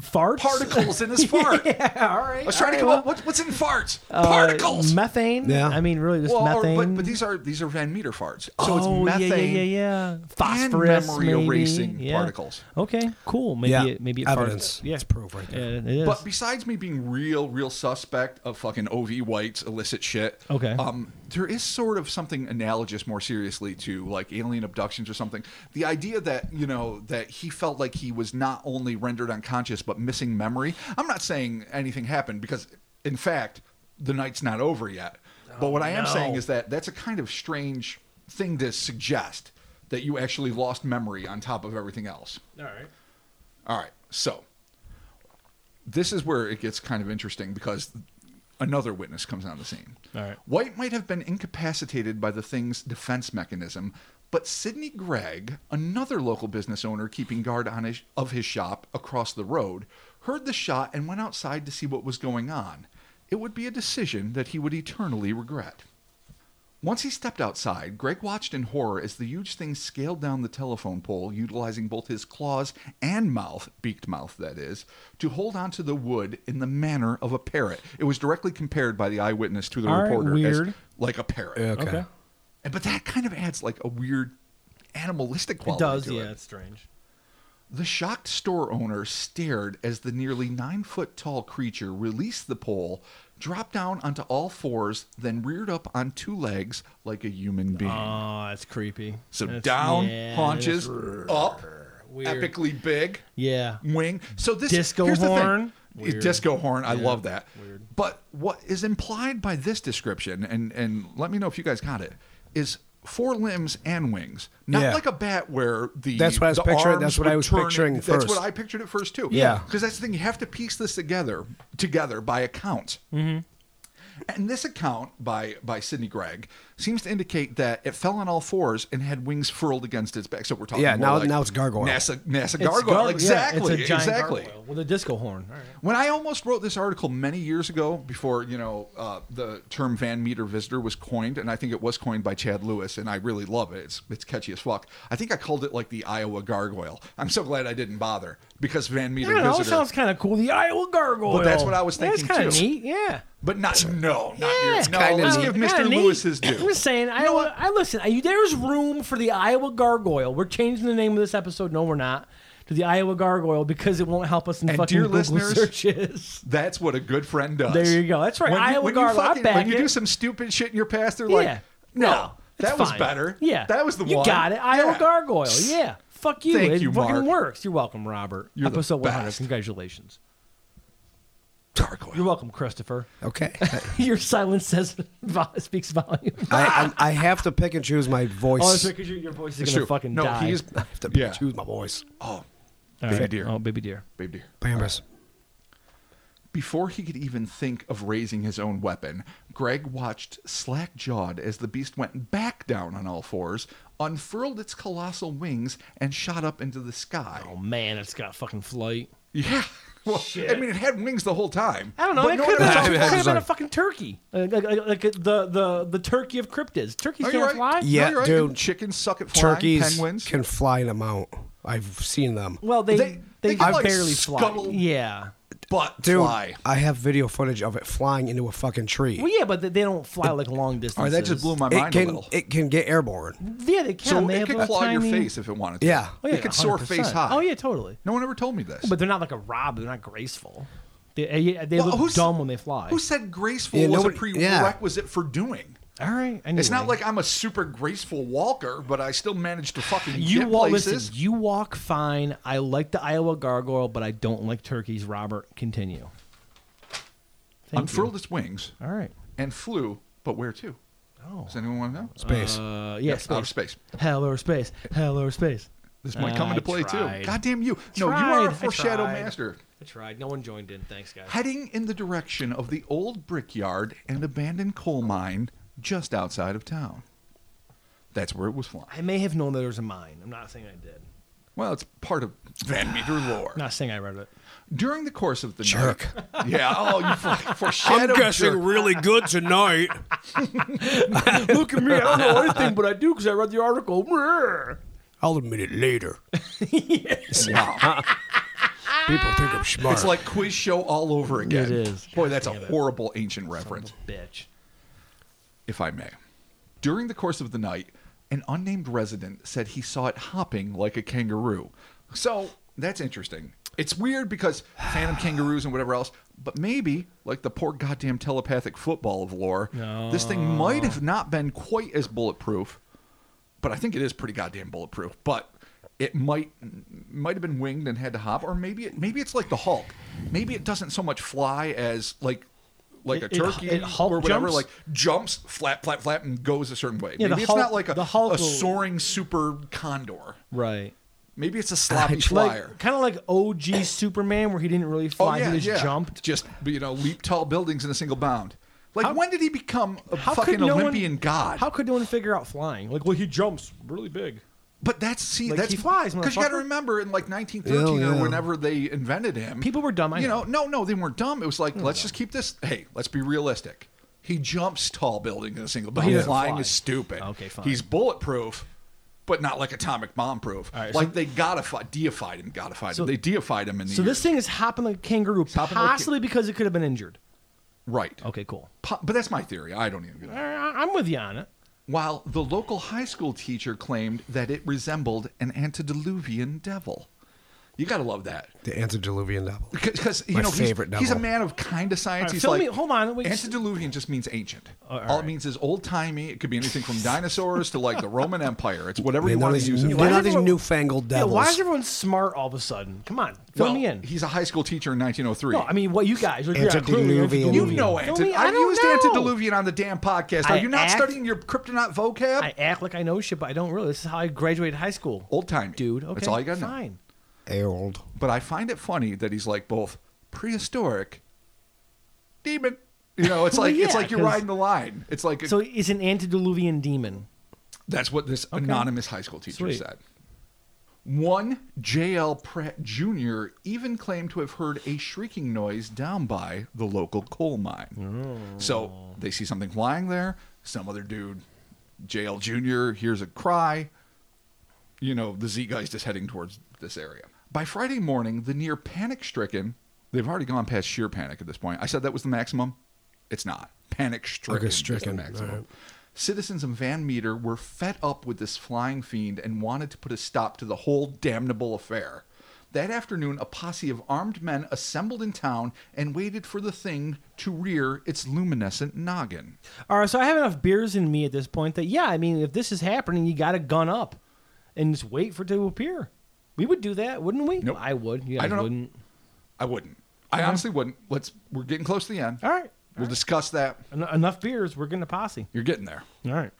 D: farts.
C: particles in his fart.
D: Yeah, *laughs* all right.
C: I was trying to come up. What's, what's in farts?
D: Uh,
C: particles.
D: methane.
B: Yeah.
D: I mean, really, just
C: Well, or-
D: methane.
C: but, but these are these are van meter farts, so it's
D: oh,
C: methane.
D: yeah, yeah, yeah, yeah. Phosphorus,
C: memory
D: maybe.
C: erasing
D: yeah.
C: particles.
D: Okay, cool. Maybe
B: yeah,
D: it, maybe it farts.
B: evidence.
D: Yeah,
B: It's proof right
D: yeah,
B: there.
D: it is.
C: But besides me being real, real suspect of fucking OV White's illicit shit,
D: Okay.
C: um, there is sort of something analogous, more seriously, to like alien abductions or something. The idea that you know that he felt like he was not only rendered unconscious but missing memory. I'm not saying anything happened because, in fact, the night's not over yet. but what I am
D: no.
C: saying is that that's a kind of strange thing to suggest that you actually lost memory on top of everything else.
D: all right.
C: All right. So this is where it gets kind of interesting because another witness comes on the scene.
D: All right.
C: White might have been incapacitated by the thing's defense mechanism, but Sidney Gregg, another local business owner keeping guard on his, of his shop across the road, heard the shot and went outside to see what was going on. It would be a decision that he would eternally regret. Once he stepped outside, Greg watched in horror as the huge thing scaled down the telephone pole, utilizing both his claws and mouth, beaked mouth that is, to hold onto the wood in the manner of a parrot. It was directly compared by the eyewitness to the
D: All right,
C: reporter as
D: weird.
C: like a parrot.
B: Okay.
D: Okay.
C: And- But that kind of adds like a weird animalistic quality
D: does
C: to
D: yeah,
C: it.
D: it's strange.
C: The shocked store owner stared as the nearly nine foot tall creature released the pole, dropped down onto all fours, then reared up on two legs like a human being.
D: Oh, that's creepy.
C: So
D: That's-
C: down,
D: yeah,
C: haunches,
D: that's-
C: up,
D: Weird.
C: epically big,
D: Yeah.
C: wing. So this
D: Disco
C: here's the thing.
D: horn.
C: It-
D: Weird.
C: Disco horn. I
D: Yeah,
C: love that.
D: weird.
C: But what is implied by this description, and and let me know if you guys got it, is four limbs and wings, not
B: Yeah.
C: like a bat where the
B: That's what I was
C: the
B: picturing-
C: arms
B: that's what I
C: would
B: was
C: turn-
B: picturing
C: That's
B: first.
C: what I pictured at first too.
B: Yeah.
C: because that's the thing you have to piece this together together by a count. And this account by by Sidney Gregg seems to indicate that it fell on all fours and had wings furled against its back. So we're talking
B: Yeah,
C: more
B: now-
C: like
B: now it's gargoyle.
C: NASA NASA
A: It's
C: gargoyle
A: gar- yeah,
C: exactly
A: it's a giant
C: exactly.
A: gargoyle with a disco horn. All right.
C: When I almost wrote this article many years ago, before you know uh, the term Van Meter visitor was coined, and I think it was coined by Chad Lewis, and I really love it. It's it's catchy as fuck. I think I called it like the Iowa gargoyle. I'm so glad I didn't bother because Van
A: I
C: Meter
A: don't know. It
C: visitor.
A: sounds kind of cool. The Iowa gargoyle.
C: Well, that's what I was thinking,
A: That's kind of
C: too.
A: neat. Yeah.
C: but not no, not
A: Yeah.
C: yours. No,
B: kinda
C: let's
B: neat.
C: give
A: Kinda
C: Mr.
A: neat.
C: Lewis his due.
A: I'm just saying, Iowa. I listen. I, there's room for the Iowa gargoyle. We're changing the name of this episode. No, we're not. To the Iowa gargoyle because it won't help us in
C: And
A: fucking
C: dear
A: Google
C: listeners,
A: searches.
C: That's what a good friend does.
A: There you go. That's right.
C: When you,
A: Iowa
C: when
A: gargoyle.
C: you,
A: I
C: fucking,
A: back
C: when you
A: it.
C: do some stupid shit in your past, they're
A: yeah.
C: *laughs* like, no,
A: it's
C: that was
A: fine.
C: better.
A: Yeah.
C: that was the
A: you
C: one.
A: got it. Iowa
C: Yeah.
A: gargoyle. Yeah. Fuck you.
C: Thank
A: it
C: you,
A: fucking
C: Mark.
A: works. You're welcome, Robert.
C: You're the
A: Episode 100.
C: best.
A: Congratulations.
C: Gargoyle.
A: You're welcome, Christopher. *laughs*
B: Okay.
A: Your silence says *laughs* speaks volumes.
B: *laughs* I, I, I have to pick and choose my voice.
A: Oh, that's because your, your voice is
C: It's
A: gonna
C: true.
A: fucking
C: no,
A: die.
C: he's
B: I have to pick
C: Yeah.
B: and choose my voice.
C: oh,
A: All
C: baby dear.
A: Oh, baby dear.
C: babe dear.
B: Bambus.
C: Before he could even think of raising his own weapon, Greg watched slack jawed as the beast went back down on all fours, unfurled its colossal wings, and shot up into the sky.
A: Oh man, it's got fucking flight.
C: Yeah. *laughs* Well, I mean, it had wings the whole time.
A: I don't know.
C: But
A: It
C: no
A: could
C: one
A: have
C: else-
B: I mean,
A: been,
B: it's
A: a
B: like-
A: fucking turkey, Uh, like, like, like, like the, the the turkey of cryptids. Turkeys
C: Are you
A: can't
C: right?
A: fly.
B: Yeah.
C: No, you're right.
B: dude.
C: And Chickens suck at flying.
B: Turkeys
C: Penguins.
B: can fly an amount. I've seen them.
A: Well, they
C: They-
A: they,
C: they can, like,
A: barely fly.
C: scuttle-
A: Yeah.
C: but
B: Dude,
C: fly.
B: I have video footage of it flying into a fucking tree.
A: Well, yeah, but they- they don't fly like long distances.
C: All right, that just blew my
B: it
C: mind a
B: can
C: little.
B: it can get airborne.
A: Yeah, they can.
C: so
A: they
C: it
A: have
C: could
A: little
C: claw your
A: tiny-
C: face if it wanted to.
B: Yeah. Oh,
A: yeah,
C: it could soar
A: 100%.
C: face high.
A: Oh yeah, totally.
C: No one ever told me this.
A: But they're not like a rob. They're not graceful. They, they
C: Well,
A: look
C: who's-
A: dumb when they fly.
C: Who said graceful
B: Yeah,
C: was a
B: nobody- yeah.
C: prerequisite for doing?
A: All right.
C: It's not
A: anyway.
C: like I'm a super graceful walker, but I still manage to fucking
A: You
C: get
A: walk.
C: places.
A: Listen, you walk fine. I like the Iowa gargoyle, but I don't like turkeys. Robert, continue. Thank
C: Unfurled its wings
A: you. All right.
C: and flew, but where to?
A: Oh.
C: Does anyone want to know?
B: Space.
A: Uh, yeah,
C: Outer
A: space.
C: space.
A: Hell or space. Hell or space.
C: This might
A: Uh,
C: come into
A: I
C: play
A: tried.
C: too. Goddamn you! No,
A: Tried.
C: you are
A: I
C: a foreshadow
A: tried.
C: master.
A: I tried. No one joined in. Thanks, guys.
C: Heading in the direction of the old brickyard and abandoned coal mine just outside of town. That's where it was flying.
A: I may have known that there was a mine. I'm not saying I did.
C: Well, it's part of Van Meter lore.
A: I'm not saying I read it.
C: During the course of the
B: Jerk.
C: night. *laughs* Yeah. Oh, you fucking foreshadow jerk.
B: really good tonight.
A: Look at me. I don't *laughs* know anything, but I do because I read the article.
B: I'll admit it later.
C: Wow.
B: People think I'm smart.
C: It's like quiz show all over again.
A: It is.
C: Boy, that's a
A: Damn it.
C: horrible ancient reference,
A: Bitch.
C: if I may. During the course of the night, an unnamed resident said he saw it hopping like a kangaroo. So that's interesting. It's weird because
A: *sighs*
C: phantom kangaroos and whatever else, but maybe, like the poor goddamn telepathic football of lore, this thing might have not been quite as bulletproof, but I think it is pretty goddamn bulletproof. But it might might have been winged and had to hop, or maybe it maybe it's like the Hulk. Maybe it doesn't so much fly as like like
A: It-
C: a
A: it-
C: turkey
A: it Hulk
C: or whatever,
A: jumps?
C: like jumps flap flap flap and goes a certain way.
A: Yeah, the
C: maybe it's
A: Hulk-
C: not like a,
A: the Hulk
C: a
A: will-
C: soaring super condor.
A: Right. *laughs*
C: Maybe it's a sloppy flyer.
A: Like, kind of like OG Superman, where he didn't really
C: Oh,
A: fly.
C: yeah,
A: he just
C: yeah.
A: jumped.
C: Just you know, leap tall buildings in a single bound. Like when did he become a
A: How
C: fucking
A: could no
C: Olympian
A: one,
C: god?
A: How could no one figure out flying? Like, well, he jumps really big.
C: but that's see,
A: Like,
C: that's
A: he flies,
C: because you got to
A: motherfucker.
C: remember in like 1913
B: Yeah, yeah.
C: or whenever they invented him,
A: People were dumb, I
C: you
A: know.
C: know, no, no, they weren't dumb. It was like let's just keep this. Hey, let's be realistic. He jumps tall buildings in a single bound.
A: he doesn't
C: Flying
A: fly.
C: is stupid.
A: Okay, fine.
C: He's bulletproof, but not like atomic bomb proof.
A: right,
C: like they godified, deified him, godified him. They deified him in the
A: So
C: year.
A: this thing is hopping like a kangaroo,
C: hopping like a-
A: possibly because it could have been injured.
C: right.
A: Okay, cool.
C: Po- But that's my theory. I don't even.
A: I- I- I'm with you on it.
C: While the local high school teacher claimed that it resembled an antediluvian devil. You gotta love that
B: The antediluvian novel.
C: because you
B: My
C: know he's,
B: favorite
C: he's a
B: novel.
C: man of kind of science.
A: right,
C: he's
A: fill
C: like,
A: me- hold on, wait, just-
C: antediluvian just means ancient. all
A: right.
C: it means is old timey. It could be anything from dinosaurs to like the Roman Empire. It's whatever
B: They
C: you
B: know
C: want to
B: these,
C: use.
B: they
C: it
A: why
B: know
A: is
B: these
A: everyone-
B: newfangled
A: Yeah,
B: devils.
A: why is everyone smart all of a sudden? Come on, fill
C: Well,
A: me in.
C: He's a high school teacher in 1903.
A: No, I mean, what you guys? Like, yeah, clearly
B: Antediluvian.
C: you
B: Antediluvian.
C: know
A: Fill
C: anti-
A: me- I
C: I've
A: don't
C: used
A: know.
C: antediluvian on the damn podcast. Are
A: I
C: you not
A: act-
C: studying your kryptonite vocab?
A: I act like I know shit, but I don't really. This is how I graduated high school.
C: old timey,
A: dude. Okay,
C: That's all you got to know.
A: Fine.
B: Old.
C: But I find it funny that he's like both prehistoric, demon. You know, it's like it's
A: yeah,
C: like you're
A: 'cause-
C: riding the line. It's like
A: So he's an antediluvian demon.
C: That's what this anonymous high school teacher
A: Sweet.
C: said. One J.L. Pratt Jr. even claimed to have heard a shrieking noise down by the local coal mine. So they see something flying there. Some other dude, J.L. Jr., hears a cry. You know, the Zeitgeist is heading towards this area. By Friday morning, the near panic stricken, they've already gone past sheer panic at this point. I said that was the maximum. It's not. Panic stricken.
B: Okay,
C: is the
B: stricken.
C: maximum.
B: All right.
C: Citizens of Van Meter were fed up with this flying fiend and wanted to put a stop to the whole damnable affair. That afternoon, a posse of armed men assembled in town and waited for the thing to rear its luminescent noggin.
A: All right, so I have enough beers in me at this point that yeah, I mean, if this is happening, you got to gun up and just wait for it to appear. We would do that, wouldn't we?
C: Nope.
A: I would. You guys
C: I don't know.
A: wouldn't.
C: I wouldn't. I honestly wouldn't. Let's. We're getting close to the end.
A: All right.
C: We'll discuss that.
A: En- enough beers. We're getting a posse.
C: You're getting there.
A: All right.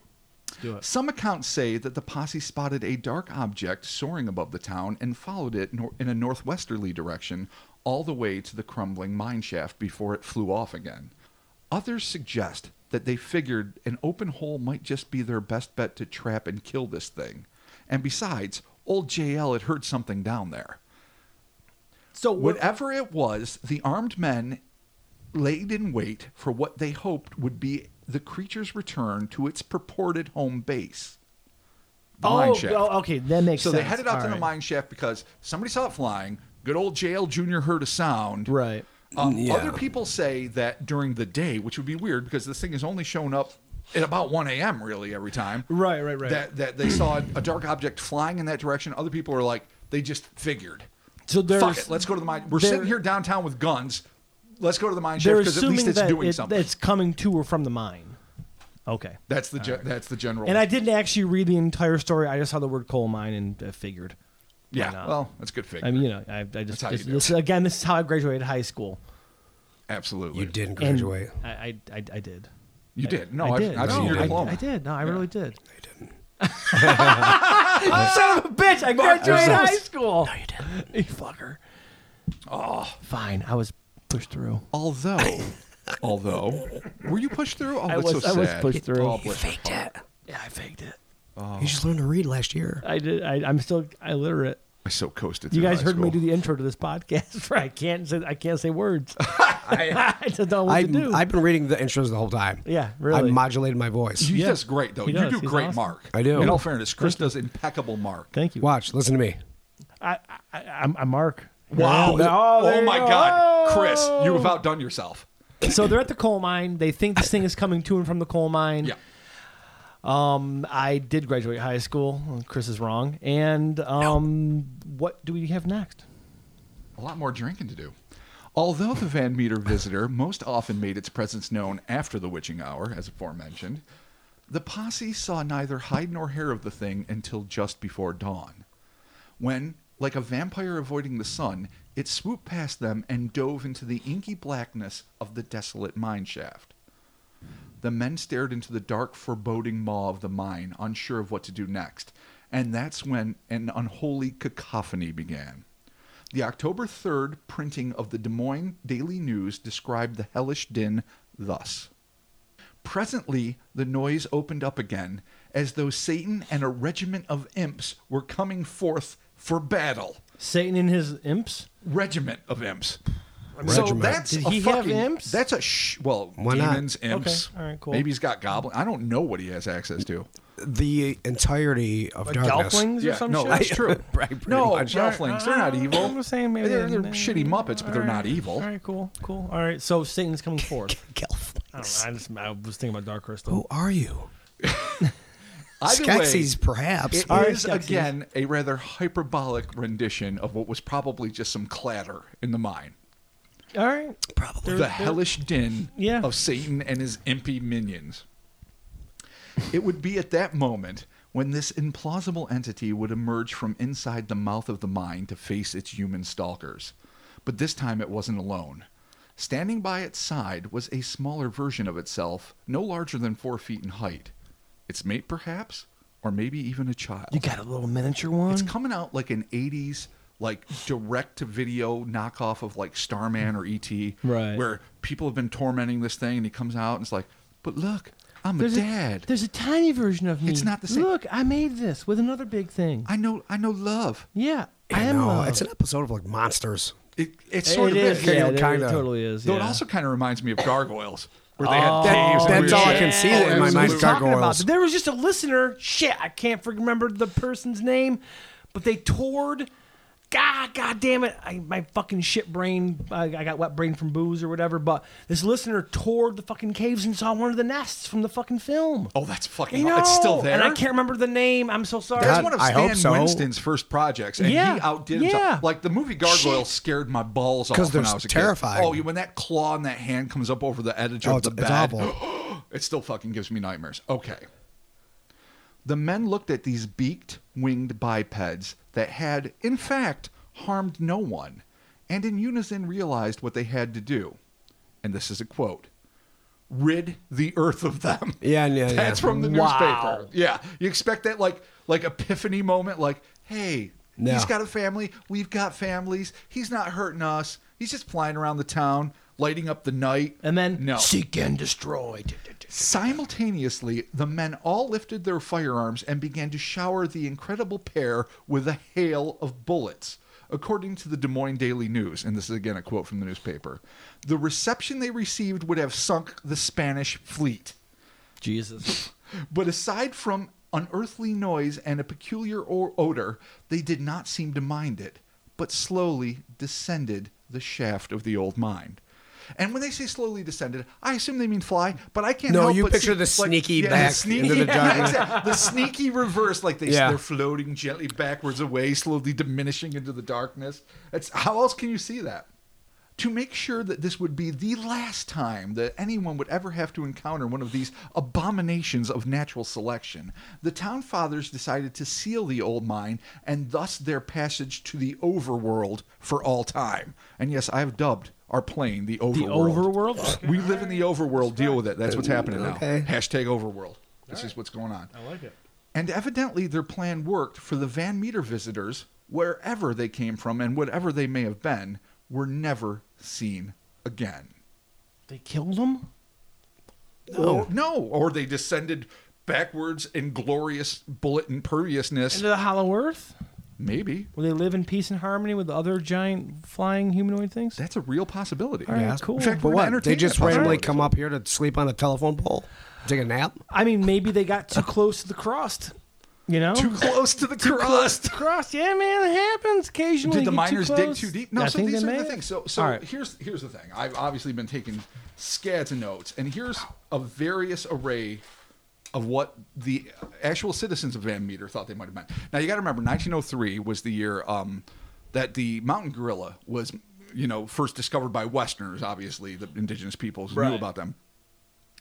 C: Some accounts say that the posse spotted a dark object soaring above the town and followed it nor- in a northwesterly direction all the way to the crumbling mine shaft before it flew off again. Others suggest that they figured an open hole might just be their best bet to trap and kill this thing. And besides, old JL had heard something down there.
A: So what?
C: Whatever it was, the armed men laid in wait for what they hoped would be the creature's return to its purported home base. The mine
A: Oh,
C: shaft.
A: oh, okay, that makes
C: so
A: sense.
C: they headed out
A: All
C: to the
A: right.
C: mine shaft because somebody saw it flying. Good old JL Jr. heard a sound.
A: Right. Mm,
C: Um,
B: Yeah.
C: Other people say that during the day, which would be weird because this thing has only shown up at about 1 a.m. really every time.
A: Right, right, right.
C: That, that they saw a dark object flying in that direction. Other people are like, they just figured.
A: So there's
C: Fuck it, let's go to the mine. We're
A: they're-
C: sitting here downtown with guns. Let's go to the mine shaft
A: they're
C: because at
A: assuming
C: least it's
A: that
C: doing
A: it-
C: something.
A: it's coming to or from the mine. Okay.
C: that's the ge- that's the general.
A: And I didn't actually read the entire story. I just saw the word coal mine and uh, figured. why
C: yeah.
A: not?
C: Well, that's a good figure.
A: I mean, you know, I, I just
C: how you
A: this,
C: do it.
A: this- again. This is how I graduated high school.
C: Absolutely,
B: You didn't
A: And
B: graduate.
A: I, I, I, I did.
C: You did. No,
A: I
C: I
A: did.
C: have I've
A: no,
C: seen your
A: I,
C: diploma.
A: I did. No, I really did.
B: I didn't.
A: *laughs* Son of a bitch! I graduated
B: Yourself.
A: high school. No, you didn't. *laughs* You fucker. Oh, fine. I was pushed through. *laughs*
C: Although, although, were you pushed through? Oh,
A: I
C: that's
A: was.
C: so
A: I was
C: sad.
A: pushed through.
C: Oh, bless your
B: Faked it.
A: Yeah, I faked it.
B: You just learned to read last year.
A: I did. I, I'm still illiterate.
C: I so coasted.
A: You
C: through
A: guys
C: high
A: heard me do
C: school.
A: the intro to this podcast. *laughs* Right? I can't say. I can't say words.
C: *laughs* I,
A: *laughs* I just don't know what
B: I,
A: to do.
B: I've been reading the intros the whole time.
A: Yeah, really.
B: I modulated my voice.
C: you
A: Yeah.
C: does great though.
A: He
C: you
A: does.
C: do
A: He's
C: great,
A: awesome.
C: Mark.
B: I do.
C: In all fairness, Chris does impeccable, Mark.
A: Thank you.
B: Watch, listen to me.
A: I, I, I'm, I'm Mark.
C: Wow.
A: Yeah.
C: Oh,
A: there you
C: my
A: go.
C: God, Chris,
A: Oh.
C: you have outdone yourself.
A: so they're at the coal mine. They think this thing is coming to and from the coal mine.
C: Yeah.
A: Um, I did graduate high school. Chris is wrong. And um, what do we have next?
C: a lot more drinking to do. Although the Van Meter visitor most often made its presence known after the witching hour, as aforementioned, the posse saw neither hide nor hair of the thing until just before dawn, when, like a vampire avoiding the sun, it swooped past them and dove into the inky blackness of the desolate mine shaft. The men stared into the dark, foreboding maw of the mine, unsure of what to do next. And that's when an unholy cacophony began. The October 3rd printing of the Des Moines Daily News described the hellish din thus. Presently, the noise opened up again, as though Satan and a regiment of imps were coming forth for battle.
A: Satan and his imps.
C: Regiment of imps. So
B: Regiment.
C: that's
A: Did
C: a
A: he have
C: fucking,
A: imps?
C: That's a sh- well,
B: Why not?
C: demons, imps.
A: Okay, all right, cool.
C: Maybe he's got goblin. I don't know what he has access to.
B: The entirety of darkness.
A: Gelflings or
C: yeah,
A: some
C: no,
A: shit. *laughs*
C: that's true.
B: Right, pretty
C: no,
B: much.
C: Gelflings, they're not evil.
A: I'm just saying maybe
C: they're, they're
A: maybe-
C: shitty Muppets, but they're not evil.
A: All right, cool, cool. All right, so Satan's coming forth.
B: Gelflings.
A: I, don't know, I just I was thinking about Dark Crystal.
B: Who are you?
C: Either
B: Skeksis,
C: way,
B: perhaps.
C: It
B: All right,
C: is,
A: Skeksis.
C: again a rather hyperbolic rendition of what was probably just some clatter in the mine.
A: All right.
B: Probably.
C: the hellish din
A: Yeah.
C: of Satan and his impy minions. It would be at that moment when this implausible entity would emerge from inside the mouth of the mine to face its human stalkers. But this time it wasn't alone. Standing by its side was a smaller version of itself, no larger than four feet in height. Its mate, perhaps, or maybe even a child.
A: You got a little miniature one?
C: It's coming out like an 80s, like direct to video knockoff of like Starman or ET.
A: Right.
C: Where people have been tormenting this thing and he comes out and it's like, but look, I'm
A: there's
C: a dad.
A: A, there's a tiny version of me.
C: It's not the same.
A: Look, I made this with another big thing.
C: I know I know love.
A: yeah, I,
B: I
A: am.
B: know.
A: love.
B: It's an episode of like monsters.
C: It, it's
A: It
C: sort of
A: is,
C: it.
A: yeah,
B: You know,
A: it- it
B: kinda.
A: totally is.
C: Though it
A: yeah.
C: also kind of reminds me of Gargoyles, where they
A: Oh,
C: had caves and
B: That's
C: weird
B: all I
C: shit.
B: can see in my
A: that's
B: mind.
A: what I'm talking
B: Gargoyles.
A: about. There was just a listener. Shit, I can't frig- remember the person's name, but they toured. God, god damn it! I, my fucking shit brain. I, I got wet brain from booze or whatever. But this listener toured the fucking caves and saw one of the nests from the fucking film.
C: Oh, that's fucking.
A: You know,
C: it's still there.
A: and I can't remember the name. I'm so sorry.
C: That's
B: God,
C: one of
B: I hope
C: Stan
B: so.
C: Winston's first projects, and
A: Yeah,
C: he outdid
A: yeah.
C: himself. Like the movie Gargoyle
A: Shit.
C: scared my balls off
B: 'Cause
C: when
B: they're
C: I was a
B: terrifying.
C: kid. Oh, you- when that claw and that hand comes up over the edge
B: Oh,
C: of the
B: it's- it's
C: bed,
B: awful.
C: *gasps* it still fucking gives me nightmares. Okay. The men looked at these beaked, winged bipeds that had, in fact, harmed no one, and in unison realized what they had to do. And this is a quote rid the earth of them.
B: Yeah, yeah, yeah.
C: That's from the
A: Wow.
C: newspaper. Yeah. You expect that like like epiphany moment, like, hey,
B: No.
C: he's got a family, we've got families, he's not hurting us, he's just flying around the town, lighting up the night.
A: and then
C: no.
A: seek and destroy.
C: Simultaneously, the men all lifted their firearms and began to shower the incredible pair with a hail of bullets. According to the Des Moines Daily News, and this is again a quote from the newspaper, the reception they received would have sunk the Spanish fleet.
A: Jesus.
C: But aside from unearthly noise and a peculiar o- odor, they did not seem to mind it, but slowly descended the shaft of the old mine. And when they say slowly descended, I assume they mean fly, but I can't
B: No,
C: help
B: you
C: but
B: picture
C: see,
B: the sneaky
C: the
B: back into
C: *laughs*
B: the jungle.
C: exact- the sneaky reverse, like they,
B: Yeah.
C: they're floating gently backwards away, slowly diminishing into the darkness. That's, how else can you see that? to make sure that this would be the last time that anyone would ever have to encounter one of these abominations of natural selection, the town fathers decided to seal the old mine and thus their passage to the overworld for all time. And yes, I have dubbed our plane the overworld.
A: overworld?
C: *laughs* We live in the overworld. Deal with it. That's what's happening now.
B: Okay.
C: Hashtag overworld. This is what's going on.
D: I like it.
C: And evidently, their plan worked for the Van Meter visitors, wherever they came from and whatever they may have been, were never seen again.
A: They killed him.
C: No. no, or they descended backwards in glorious bullet imperviousness.
A: Into the Hollow Earth.
C: Maybe.
A: Will they live in peace and harmony with the other giant flying humanoid things?
C: That's a real possibility.
A: All right, cool.
C: In fact,
B: But
C: we're gonna
B: what?
C: entertain
B: They just
C: that
B: randomly
C: possibility.
B: come up here to sleep on a telephone pole, take a nap.
A: I mean, maybe they got too close to the crust. You know,
C: too close to the crust.
A: to the crust. Yeah, man, it happens occasionally.
C: Did
A: You get
C: the
A: too
C: miners dig
A: close.
C: too deep? No,
A: I
C: so
A: think
C: these
A: they
C: are
A: may
C: the
A: have.
C: things. So, so
A: All right.
C: here's here's the thing. I've obviously been taking scads of notes, and here's a various array of what the actual citizens of Van Meter thought they might have meant. Now you got to remember, 1903 was the year um, that the mountain gorilla was, you know, first discovered by Westerners. Obviously, the indigenous peoples knew about them.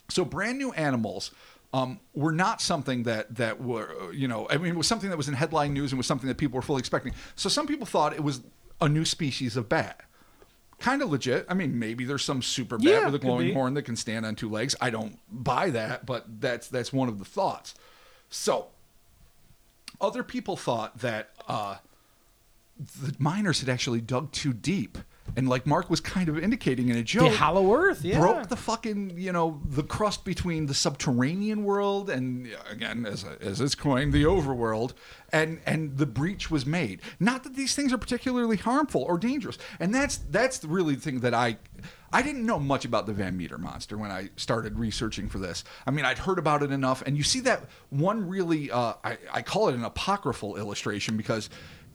C: So brand new animals um, were not something that that were you know I mean it was something that was in headline news and was something that people were fully expecting. So some people thought it was a new species of bat. Kind of legit. I mean, maybe there's some super bat
A: Yeah,
C: with a
A: could be.
C: glowing horn that can stand on two legs. I don't buy that, but that's that's one of the thoughts. So other people thought that uh, the miners had actually dug too deep, and like Mark was kind of indicating in a joke,
A: The Hollow Earth. Yeah.
C: broke the fucking you know the crust between the subterranean world and yeah, again as as it's coined the overworld and and the breach was made not that these things are particularly harmful or dangerous and that's that's the really thing that i i didn't know much about the van meter monster when i started researching for this i mean i'd heard about it enough and you see that one really uh, I, I call it an apocryphal illustration because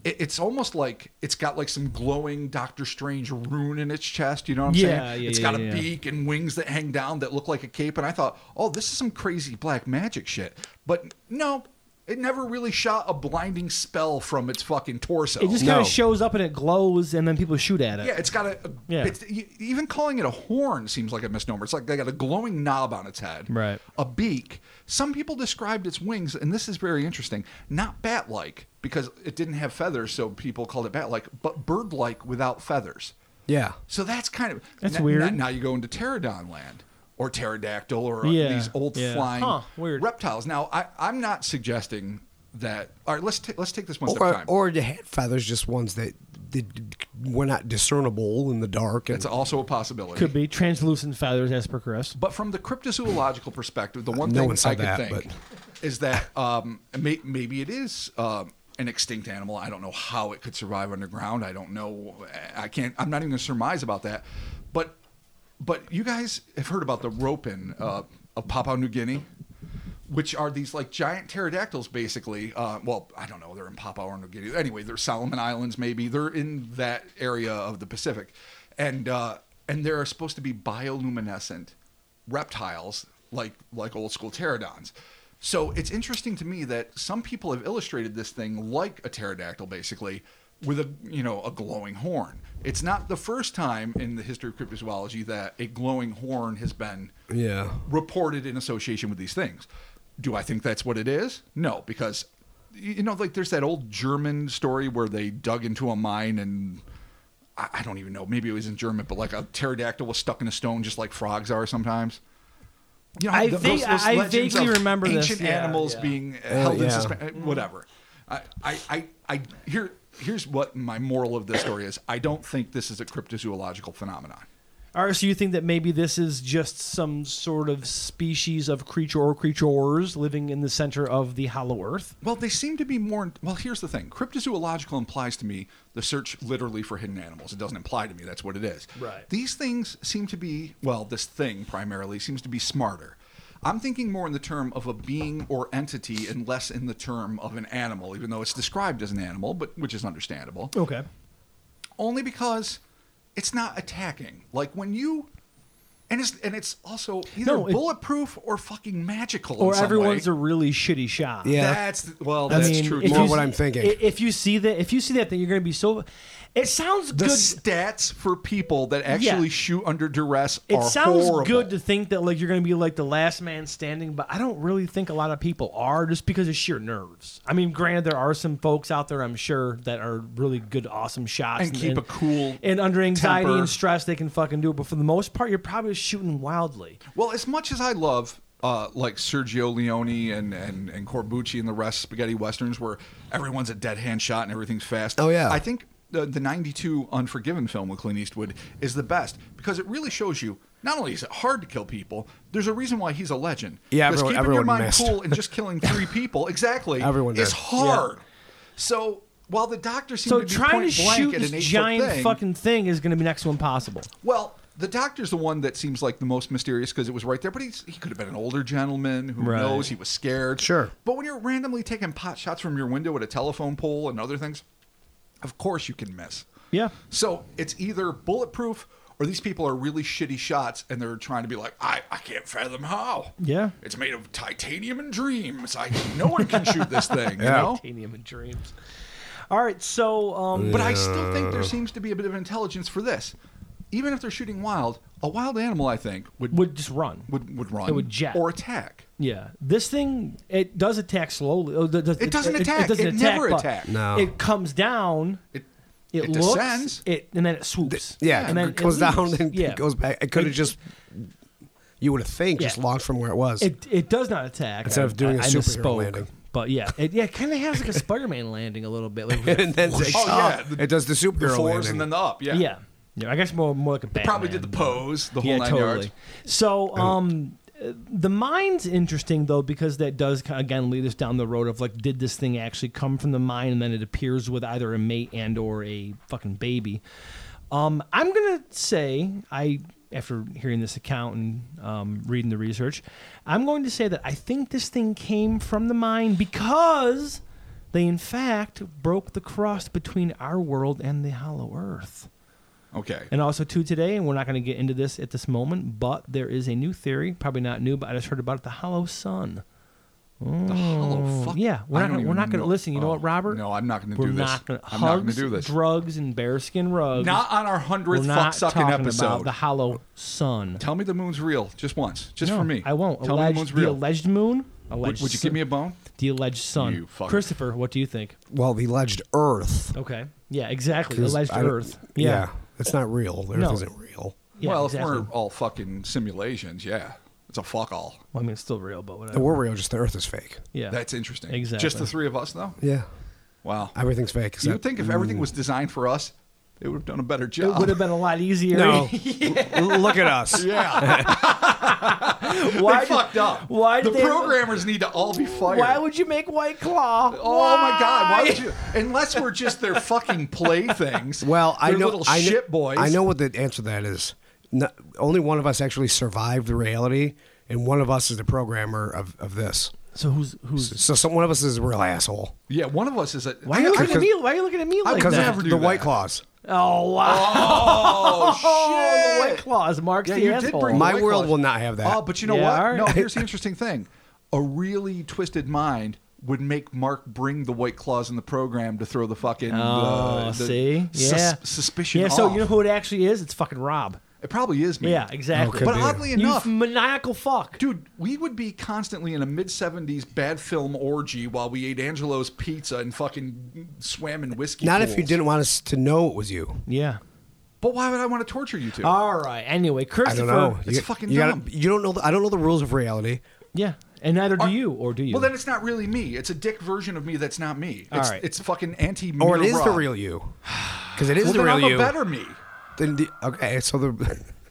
C: it, it's almost like it's got like some glowing Doctor Strange rune in its chest. You know what I'm
A: Yeah,
C: saying?
A: yeah,
C: It's
A: yeah,
C: got a
A: yeah.
C: beak and wings that hang down that look like a cape. And I thought, oh, this is some crazy black magic shit. But no, it never really shot a blinding spell from its fucking torso.
A: It just kind
B: No.
A: of shows up and it glows, and then people shoot at it.
C: yeah, it's got a.
A: Yeah.
C: It's, e- even calling it a horn seems like a misnomer. It's like they got a glowing knob on its head,
A: Right.
C: A beak. Some people described its wings, and this is very interesting. Not bat-like because it didn't have feathers, so people called it bat-like, but bird-like without feathers.
B: Yeah.
C: So that's kind of
A: That's
C: n-
A: weird.
C: n- Now you go into pterodon land or pterodactyl or uh,
A: Yeah,
C: these old
A: yeah.
C: flying
A: Huh, weird.
C: reptiles. Now I, I'm not suggesting that. All right, let's ta- let's take this one step at a
B: Or,
C: time.
B: or the had feathers, just ones that did, were not discernible in the dark. And,
C: it's also a possibility.
A: Could be translucent feathers, as per Chris.
C: But from the cryptozoological perspective, the one
B: No
C: thing
B: one said
C: I could
B: that,
C: think is that um, may, maybe it is um, an extinct animal. I don't know how it could survive underground. I don't know. I can't. I'm not even going to surmise about that. But but you guys have heard about the ropin uh, of Papua New Guinea, which are these like giant pterodactyls, basically. Uh, well, I don't know. They're in Papua or New Guinea. Anyway, they're Solomon Islands, maybe. They're in that area of the Pacific, and uh, and they're supposed to be bioluminescent reptiles like like old school pterodons. So it's interesting to me that some people have illustrated this thing like a pterodactyl basically with a you know a glowing horn. It's not the first time in the history of cryptozoology that a glowing horn has been
B: yeah.
C: reported in association with these things. Do I think that's what it is? No, because you know, like there's that old German story where they dug into a mine and I, I don't even know, maybe it was in German, but like a pterodactyl was stuck in a stone just like frogs are sometimes. You know,
A: I
C: th-
A: think- I
C: legends
A: vaguely
C: of
A: remember this,
C: ancient
A: yeah,
C: animals
A: yeah.
C: being held in
B: yeah.
C: suspense, whatever. I, I, I, I here, here's what my moral of this story is. I don't think this is a cryptozoological phenomenon.
A: All right, so you think that maybe this is just some sort of species of creature or creatures living in the center of the Hollow Earth?
C: Well, they seem to be more. Well, here's the thing: cryptozoological implies to me the search literally for hidden animals. It doesn't imply to me that's what it is.
A: Right.
C: These things seem to be. Well, this thing primarily seems to be smarter. I'm thinking more in the term of a being or entity, and less in the term of an animal, even though it's described as an animal, but which is understandable
A: Okay.
C: only because it's not attacking. Like when you, and it's and it's also either
A: No, it-
C: bulletproof or fucking magical. in
A: Or
C: some
A: everyone's
C: way.
A: a really shitty shot.
B: Yeah.
C: That's well,
A: I
C: that's
A: mean,
C: true.
A: if
C: too.
B: More
A: you
B: what
A: s-
B: I'm thinking.
A: i- If you see that, if you see that, then you're going to be so. It sounds
C: the
A: good.
C: stats for people that actually shoot under duress
A: It
C: are
A: sounds
C: horrible.
A: good to think that like you're going to be like the last man standing, but I don't really think a lot of people are just because of sheer nerves. I mean, granted, there are some folks out there I'm sure that are really good, awesome shots
C: And keep a cool
A: and under anxiety
C: temper.
A: and stress they can fucking do it. But for the most part, you're probably shooting wildly.
C: Well, as much as I love uh, like Sergio Leone and, and, and Corbucci and the rest spaghetti westerns where everyone's a dead hand shot and everything's fast.
B: Oh, yeah.
C: I think the, the 92 Unforgiven film with Clint Eastwood is the best because it really shows you not only is it hard to kill people, there's a reason why he's a legend.
B: Yeah,
C: Because
B: everyone-
C: keeping your
B: everyone
C: mind
B: missed.
C: cool and
B: *laughs*
C: just killing three people, exactly,
B: Everyone
C: is
B: did.
C: hard. So while the doctor seemed
A: So
C: to be
A: trying to
C: point blank
A: shoot
C: at
A: this
C: an eight-foot
A: giant
C: thing,
A: fucking thing is going to be next to impossible.
C: well, the doctor's the one that seems like the most mysterious because it was right there, but he's, he could have been an older gentleman. Who
A: Right.
C: knows? He was scared.
B: Sure.
C: But when you're randomly taking pot shots from your window at a telephone pole and other things, of course you can miss.
A: Yeah.
C: So it's either bulletproof or these people are really shitty shots and they're trying to be like, I, I can't fathom how.
A: Yeah.
C: It's made of titanium and dreams. I no one can shoot this thing, you know?
A: Titanium and dreams. All right, so um,
C: But I still think there seems to be a bit of intelligence for this. Even if they're shooting wild, a wild animal, I think, would
A: would just run.
C: would would run
A: It would jet.
C: or attack.
A: Yeah, this thing it does attack slowly. Oh, does-
C: It doesn't attack. It never
A: but
C: attacked.
B: No.
A: It comes down.
C: It,
A: It,
C: it
A: looks.
C: descends.
A: It and then it swoops.
B: Yeah,
A: and then
B: it goes down
A: leaves.
B: and
A: yeah.
B: goes back. It could have just, you would have think, just
A: Yeah.
B: launched from where it was.
A: It it does not attack.
B: Instead of
A: I-
B: doing
A: I-
B: a
A: I
B: superhero
A: misspoke.
B: landing.
A: But yeah, it yeah kind of has
B: *laughs*
A: like a Spider-Man landing a little bit. Like,
B: *laughs* and then takes
C: Oh,
B: off.
C: yeah, the-
B: it does the
C: the
B: superhero
C: fours
B: landing.
C: and then the up. Yeah.
A: yeah, yeah. I guess more more like a Batman.
C: Probably did the pose, the whole nine yards.
A: So, um, uh, the mind's interesting though because that does ki- again lead us down the road of like, did this thing actually come from the mind, and then it appears with either a mate and or a fucking baby. Um, I'm gonna say I. After hearing this account and um, reading the research, I'm going to say that I think this thing came from the mind because they, in fact, broke the crust between our world and the Hollow Earth.
C: Okay.
A: And also, too, today, and we're not going to get into this at this moment, but there is a new theory, probably not new, but I just heard about it the hollow sun.
C: The hollow fuck.
A: yeah, we're
C: I
A: not
C: don't
A: gonna- we're
C: even
A: not gonna-
C: know-
A: listen, you know
C: oh,
A: what, Robert?
C: No, I'm not going to
A: We're
C: do this.
A: not gonna
C: I'm
A: hugs,
C: not going to do this.
A: drugs, and bearskin rugs.
C: Not on our
A: we're
C: hundredth fuck
A: not
C: sucking
A: talking
C: episode.
A: about the hollow sun.
C: Tell me the moon's real, just once, just
A: No,
C: for me.
A: I won't.
C: Tell
A: alleged,
C: me the moon's
A: The
C: real.
A: alleged moon. Alleged
C: Would, would you
A: sun-
C: give me a bone?
A: the alleged sun?
C: You fucker.
A: Christopher, what do you think?
B: Well, the alleged Earth.
A: Okay. Yeah, exactly.
B: 'cause
A: Alleged
B: I don't-
A: Earth.
B: Yeah.
A: Yeah.
B: it's not real. The Earth
A: No.
B: isn't real.
A: yeah
C: well,
A: exactly.
C: if we're all fucking simulations, yeah, it's a fuck all.
A: Well, I mean, it's still real, but
B: The
A: whatever.
B: we're real. Just the Earth is fake.
A: yeah.
C: That's interesting. Just
A: Exactly.
C: the three of us, though.
B: Yeah,
C: Wow.
B: everything's fake.
C: you
B: except-
C: would think if everything was designed for us, they would have done a better
A: Mm. It
C: job.
A: would have been a lot easier.
B: no. L- Look at us.
C: *laughs* Yeah,
A: *laughs* why
C: they
A: did-
C: fucked up.
A: Why
C: the
A: did they-
C: programmers need to all be fired?
A: Why would you make White Claw?
C: Oh my God! Why
A: *laughs*
C: would you? Unless we're just their fucking playthings.
B: Well, I
C: They're
B: know.
C: little
B: I know,
C: shit boys.
B: I know what the answer to that is. No, only one of us actually survived the reality, and one of us is the programmer of, of this.
A: So who's who's?
B: So some one of us is a real asshole.
C: Yeah, one of us is a.
A: Why are you looking at
B: Because-
A: me? Why are you looking at me like
B: Because
A: that?
C: never
B: of
C: do
B: the White
C: that.
B: Claws.
A: Oh wow!
C: Oh
A: *laughs* The
C: shit!
A: White Claws, Mark's
C: Yeah,
A: the
C: you
A: asshole.
C: did bring
B: My
C: White
B: world
C: Claws.
B: will not have that.
C: Oh, but you know
A: Yeah,
C: what?
A: all
C: No,
A: right. *laughs*
C: here's the interesting thing: a really twisted mind would make Mark bring the White Claws in the program to throw the fucking.
A: Oh,
C: uh, the
A: see,
C: sus-
A: yeah,
C: suspicion.
A: Yeah, so
C: off.
A: you know who it actually is? It's fucking Rob.
C: it probably is me.
A: Yeah, exactly.
B: could
C: But
B: be.
C: oddly
A: you
C: enough,
A: maniacal fuck.
C: dude, we would be constantly in a mid '70s bad film orgy while we ate Angelo's pizza and fucking swam in whiskey.
B: Not if you
C: pools.
B: didn't want us to know it was you.
A: Yeah.
C: But why would I want to torture you two?
A: All right. Anyway,
B: I
A: Christopher.
B: don't know.
C: It's
B: you,
C: fucking
B: you
C: dumb.
B: you don't know. The, I don't know the rules of reality.
A: Yeah, and neither do you, or do you?
C: well, then it's not really me. It's a dick version of me that's not me. It's,
A: right.
C: it's fucking anti.
B: Or it is the real you. Because it is
C: Well,
B: the
C: then
B: real
C: I'm
B: you.
C: a better me.
B: Then the- okay, so the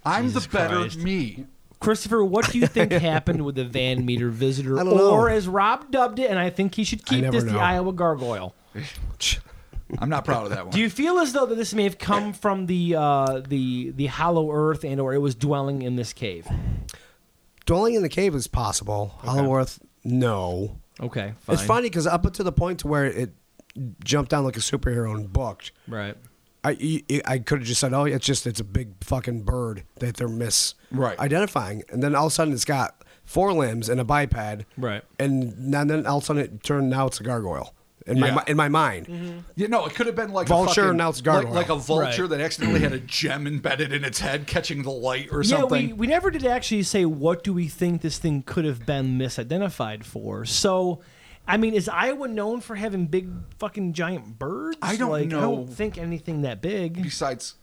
C: I'm the better
A: Christ.
C: me.
A: Christopher, what do you
C: *laughs*
A: think happened with the Van Meter visitor,
B: I
A: or
B: don't know.
A: as Rob dubbed it, and I think he should keep
B: never
A: this the
B: know.
A: Iowa gargoyle.
C: I'm not proud of that one.
A: Do you feel as though that this may have come from the uh, the the Hollow Earth, and or it was dwelling in this cave?
B: dwelling in the cave is possible. Hollow Earth, no.
A: Okay, fine.
B: It's funny because up to the point to where it jumped down like a superhero and booked,
A: right?
B: I you- you- I could have just said, oh, it's just it's a big fucking bird that they're mis
C: Right.
B: identifying, and then all of a sudden it's got four limbs and a biped,
A: Right.
B: And now- then all of a sudden it turned now it's a gargoyle in
C: Yeah.
B: my mi- in my mind.
C: you know, it could have been like
B: Vulture
C: a fucking,
B: and now it's
C: like,
B: gargoyle.
C: like a vulture
A: Right.
C: that accidentally had a gem embedded in its head, catching the light or
A: Yeah,
C: something.
A: we, we never did actually say what do we think this thing could have been misidentified for. So, I mean, is Iowa known for having big fucking giant birds?
C: I don't
A: like, I
C: know.
A: don't think anything that big.
C: Besides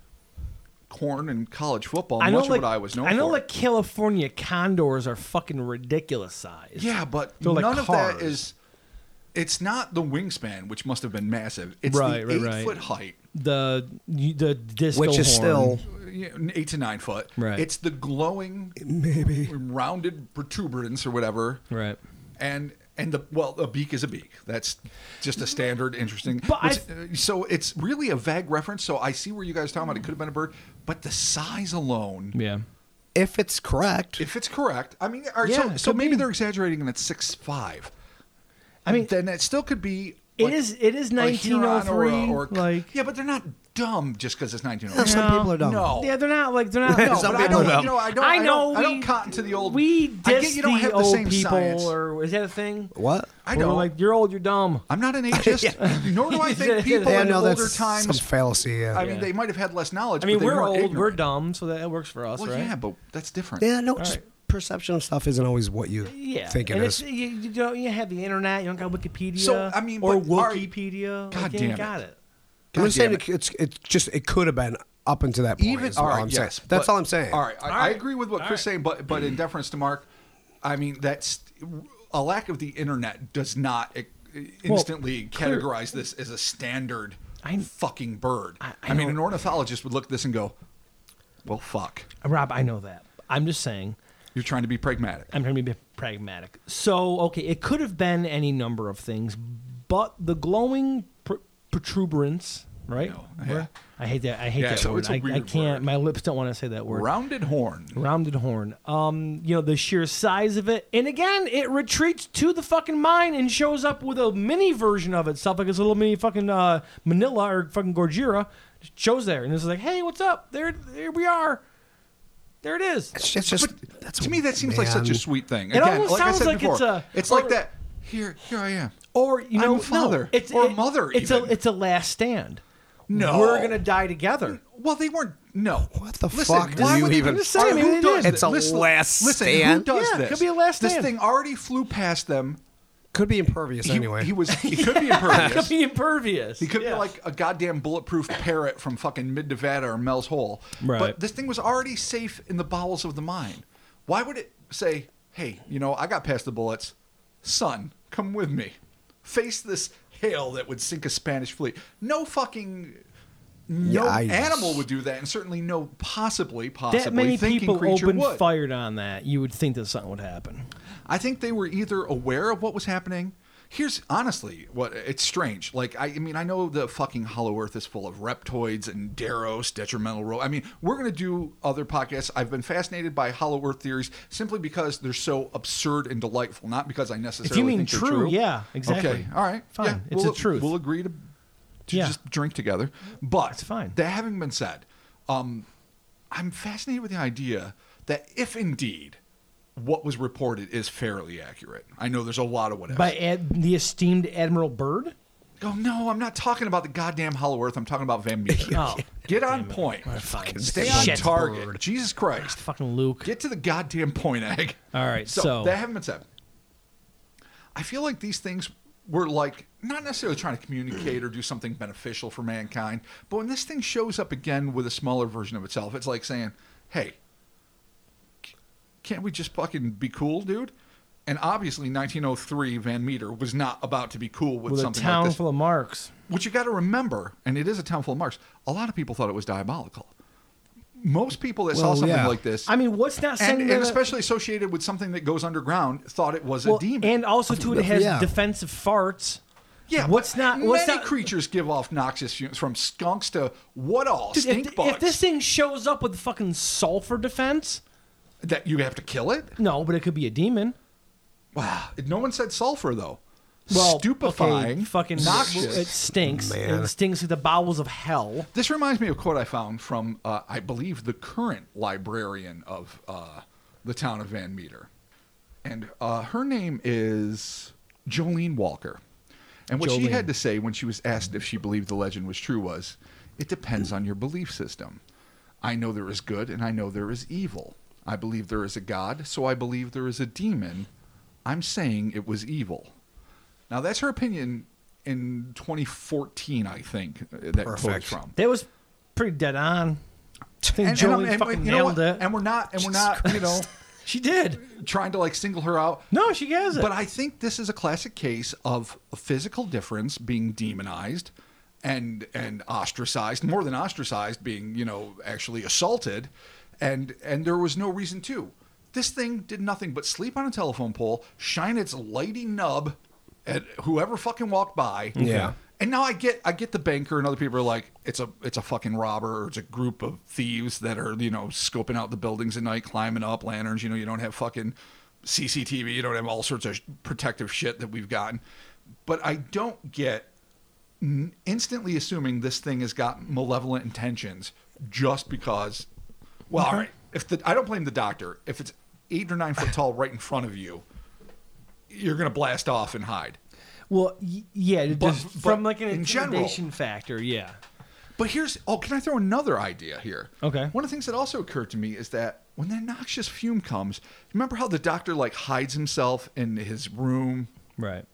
C: corn and college football,
A: I know,
C: much
A: like
C: of what I was known
A: I know,
C: for.
A: like California condors are fucking ridiculous size.
C: yeah, but
A: They're like
C: none of that
A: cars.
C: is. It's not the wingspan, which must have been massive. It's
A: Right,
C: the
A: right,
C: eight
A: right.
C: foot height,
A: the you- the disco
B: Which is
A: horn.
B: still
C: yeah, eight to nine foot.
A: Right.
C: It's the glowing,
B: maybe
C: rounded protuberance or whatever.
A: right.
C: and and the well a beak is a beak that's just a standard interesting
A: But I-
C: What's- uh, so it's really a vague reference so i see where you guys are talking about it could have been a bird but the size alone
A: Yeah.
B: if it's correct.
C: if it's correct i mean all right,
A: Yeah,
C: so,
A: it
C: so
A: could
C: maybe
A: be.
C: they're exaggerating and it's six five
A: I mean,
C: then it still could be
A: it is it is
C: a Huron or a-
A: 1903
C: or a-
A: like
C: yeah but they're not dumb just because it's 1903
B: some people are dumb.
C: no
A: yeah, they're not like they're
C: *laughs*
A: not
C: No,
B: Some
C: but I
B: people
C: don't,
B: are dumb.
C: you know, I don't.
A: I
C: I
A: know
C: don't, I don't
A: we-
C: cotton to the old.
A: We
C: I
A: diss
C: get you don't
A: the
C: have the
A: old
C: same
A: people,
C: science.
A: or is that a thing?
B: What?
C: I
A: Where we're
C: don't.
A: Like you're old, you're dumb. *laughs*
C: I'm not an ageist, nor do I think
A: Yeah,
C: people
B: Yeah,
C: in
B: no,
C: older
B: that's some
C: times
B: fallacy. Yeah,
C: I mean, they might have had less knowledge.
A: I mean,
C: but they
A: we're
C: weren't
A: old,
C: ignorant.
A: we're dumb, so that works for us,
C: Well,
A: right?
C: yeah, but that's different.
B: yeah, no, just
A: right.
B: perception of stuff isn't always what you
A: Yeah,
B: think it
A: and
B: is.
A: It's, you, you don't you have the internet. You don't got Wikipedia.
C: So, I mean,
A: or
C: but are-
A: Wikipedia.
C: God
A: like, you ain't
C: damn
A: got
C: it.
A: it.
B: I'm just saying
C: damn
B: it, it's it's just it could have been up until that point.
C: Even
B: is what
A: oh,
C: all right,
B: I'm saying.
C: yes,
B: That's
C: but-
B: all I'm saying.
C: All right, I, I
A: right.
C: agree with what
A: All
C: Chris
A: right. Mm-hmm.
C: saying, but but in deference to Mark, I mean that's a lack of the internet does not i- instantly
A: clear-
C: categorize this as a standard
A: I-
C: fucking bird.
A: I- I
C: mean,
A: don't-
C: an ornithologist would look at this and go, "Well, fuck."
A: Rob, I know that. I'm just saying.
C: You're trying to be pragmatic.
A: I'm trying to be pragmatic. So, okay, it could have been any number of things, but the glowing pr- protuberance, right?
C: No,
A: Word?
C: yeah.
A: I hate that. I hate
C: Yeah,
A: that
C: so
A: word.
C: it's a
A: I, I
C: weird
A: can't.
C: word.
A: My lips don't want to say that word.
C: Rounded horn.
A: Rounded horn. Um, you know the sheer size of it, and again, it retreats to the fucking mine and shows up with a mini version of itself, like its little mini fucking uh, Manila or fucking Gorgira. Shows there, and it's like, hey, what's up? There, there we are. There it is.
B: It's just,
C: But to me, that seems like
B: man.
C: such a sweet thing.
A: It
C: Again,
A: almost
C: like I
A: sounds
C: said
A: like
C: before,
A: it's a-
C: It's
A: or-
C: like that. here, here I am.
A: Or you
C: I'm
A: know,
C: a father.
A: no, it's
C: Or a
A: it-
C: mother,
A: It's
C: even.
A: a it's a last stand.
C: No.
A: we're gonna die
C: *laughs*
A: together.
C: Well, they weren't. No.
B: What the
C: Listen,
B: fuck
C: why
B: do you
C: would they-
B: even-
A: I'm just saying,
C: Or
A: maybe they
C: who does
A: did.
B: It's a
C: this? Listen-
B: last
C: listen, Who
B: stand?
C: does
A: Yeah, it
C: this?
A: could be a last
C: This
A: stand.
C: thing already flew past them.
B: Could be impervious
C: He,
B: anyway.
C: he was. He
B: *laughs*
C: could be impervious.
A: Could be impervious.
C: He could
A: Yeah.
C: be like a goddamn bulletproof parrot from fucking Mid Nevada or Mel's Hole.
D: Right.
C: But this thing was already safe in the bowels of the mine. Why would it say, hey, you know, I got past the bullets. Son, come with me. Face this hail that would sink a Spanish fleet. No fucking. No
B: Yeah, I-
C: animal would do that, and certainly no possibly, possibly
D: That many
C: thinking
D: people
C: creature
D: opened
C: would.
D: fired on that. You would think that something would happen.
C: I think they were either aware of what was happening. Here's honestly what it's strange. Like I, I mean, I know the fucking Hollow Earth is full of reptoids and Daros, detrimental role. I mean, we're gonna do other podcasts. I've been fascinated by Hollow Earth theories simply because they're so absurd and delightful, not because I necessarily
D: If you mean
C: think they're
D: true, yeah, exactly.
C: Okay, all right,
D: Fine.
C: Yeah,
D: It's
C: we'll,
D: the truth.
C: We'll agree to, to
D: Yeah.
C: just drink together. But
D: It's fine.
C: That having been said, um, I'm fascinated with the idea that if indeed what was reported is fairly accurate, I know there's a lot of what ifs.
D: By ad- the esteemed Admiral Byrd?
C: oh no, I'm not talking about the goddamn Hollow Earth. I'm talking about
D: *laughs*
C: Van Meter.
D: Oh.
C: Get on point.
D: Fucking
C: Stay on
D: shit. Ah,
C: target. Jesus Christ.
D: Fucking Luke.
C: Get to the goddamn point,
D: *laughs*
C: egg.
D: All right, so-
C: that haven't been said. I feel like these things were like not necessarily trying to communicate or do something beneficial for mankind, but when this thing shows up again with a smaller version of itself, it's like saying, "Hey, c- can't we just fucking be cool, dude?" And obviously, 1903 Van Meter was not about to be cool with,
D: with a
C: something
D: town
C: like this.
D: full of marks.
C: What you got to remember, and it is a town full of marks. A lot of people thought it was diabolical. Most people that saw
B: Well,
C: something
B: yeah.
C: like this,
D: I mean, what's not saying
C: and, and
D: that a-
C: especially associated with something that goes underground, thought it was
D: well,
C: a demon.
D: and also too, it has
B: Yeah.
D: defensive farts.
C: yeah,
D: what's
C: but
D: not-
C: Many
D: what's not-
C: creatures give off noxious fumes, from skunks to what all
D: Dude,
C: stink
D: if,
C: bugs.
D: if this thing shows up with fucking sulfur defense,
C: that you have to kill it.
D: no, but it could be a demon.
C: Wow, no one said sulfur though.
D: Well,
C: Stupefying,
D: okay, fucking
C: noxious.
D: It stinks.
B: Man.
D: It stinks like the bowels of hell.
C: This reminds me of a quote I found from, uh, I believe, the current librarian of uh, the town of Van Meter. And uh, her name is Jolene Walker. And what she
D: Jolene.
C: had to say when she was asked if she believed the legend was true was it depends on your belief system. I know there is good and I know there is evil. I believe there is a God, so I believe there is a demon. I'm saying it was evil. Now, that's her opinion in 2014, I think, uh, that quote's
B: Perfect.
C: from
D: That was pretty dead on. I think
C: and,
D: Jolene
C: and, I'm- and-
D: fucking
C: you know what?
D: nailed it.
C: And we're
D: *laughs*
C: not, and we're not, you know,
D: she did.
C: trying to like single her out.
D: No, she has it.
C: But I think this is a classic case of a physical difference being demonized and and ostracized, more than ostracized, being you know actually assaulted, and and there was no reason to. This thing did nothing but sleep on a telephone pole, shine its lighty nub at whoever fucking walked by.
B: Yeah.
C: And now I get I get the banker and other people are like it's a it's a fucking robber or it's a group of thieves that are you know scoping out the buildings at night climbing up lanterns you know you don't have fucking CCTV you don't have all sorts of sh- protective shit that we've gotten but I don't get n- instantly assuming this thing has got malevolent intentions just because well all right if the I don't blame the doctor if it's 8 or 9 foot tall right in front of you you're going to blast off and hide
D: well, y- yeah, just
C: But- but
D: from like an
C: in general-
D: intimidation factor, yeah.
C: But here's oh, can I throw another idea here?
D: Okay.
C: One of the things that also occurred to me is that when that noxious fume comes, remember how the doctor like hides himself in his room
D: Right.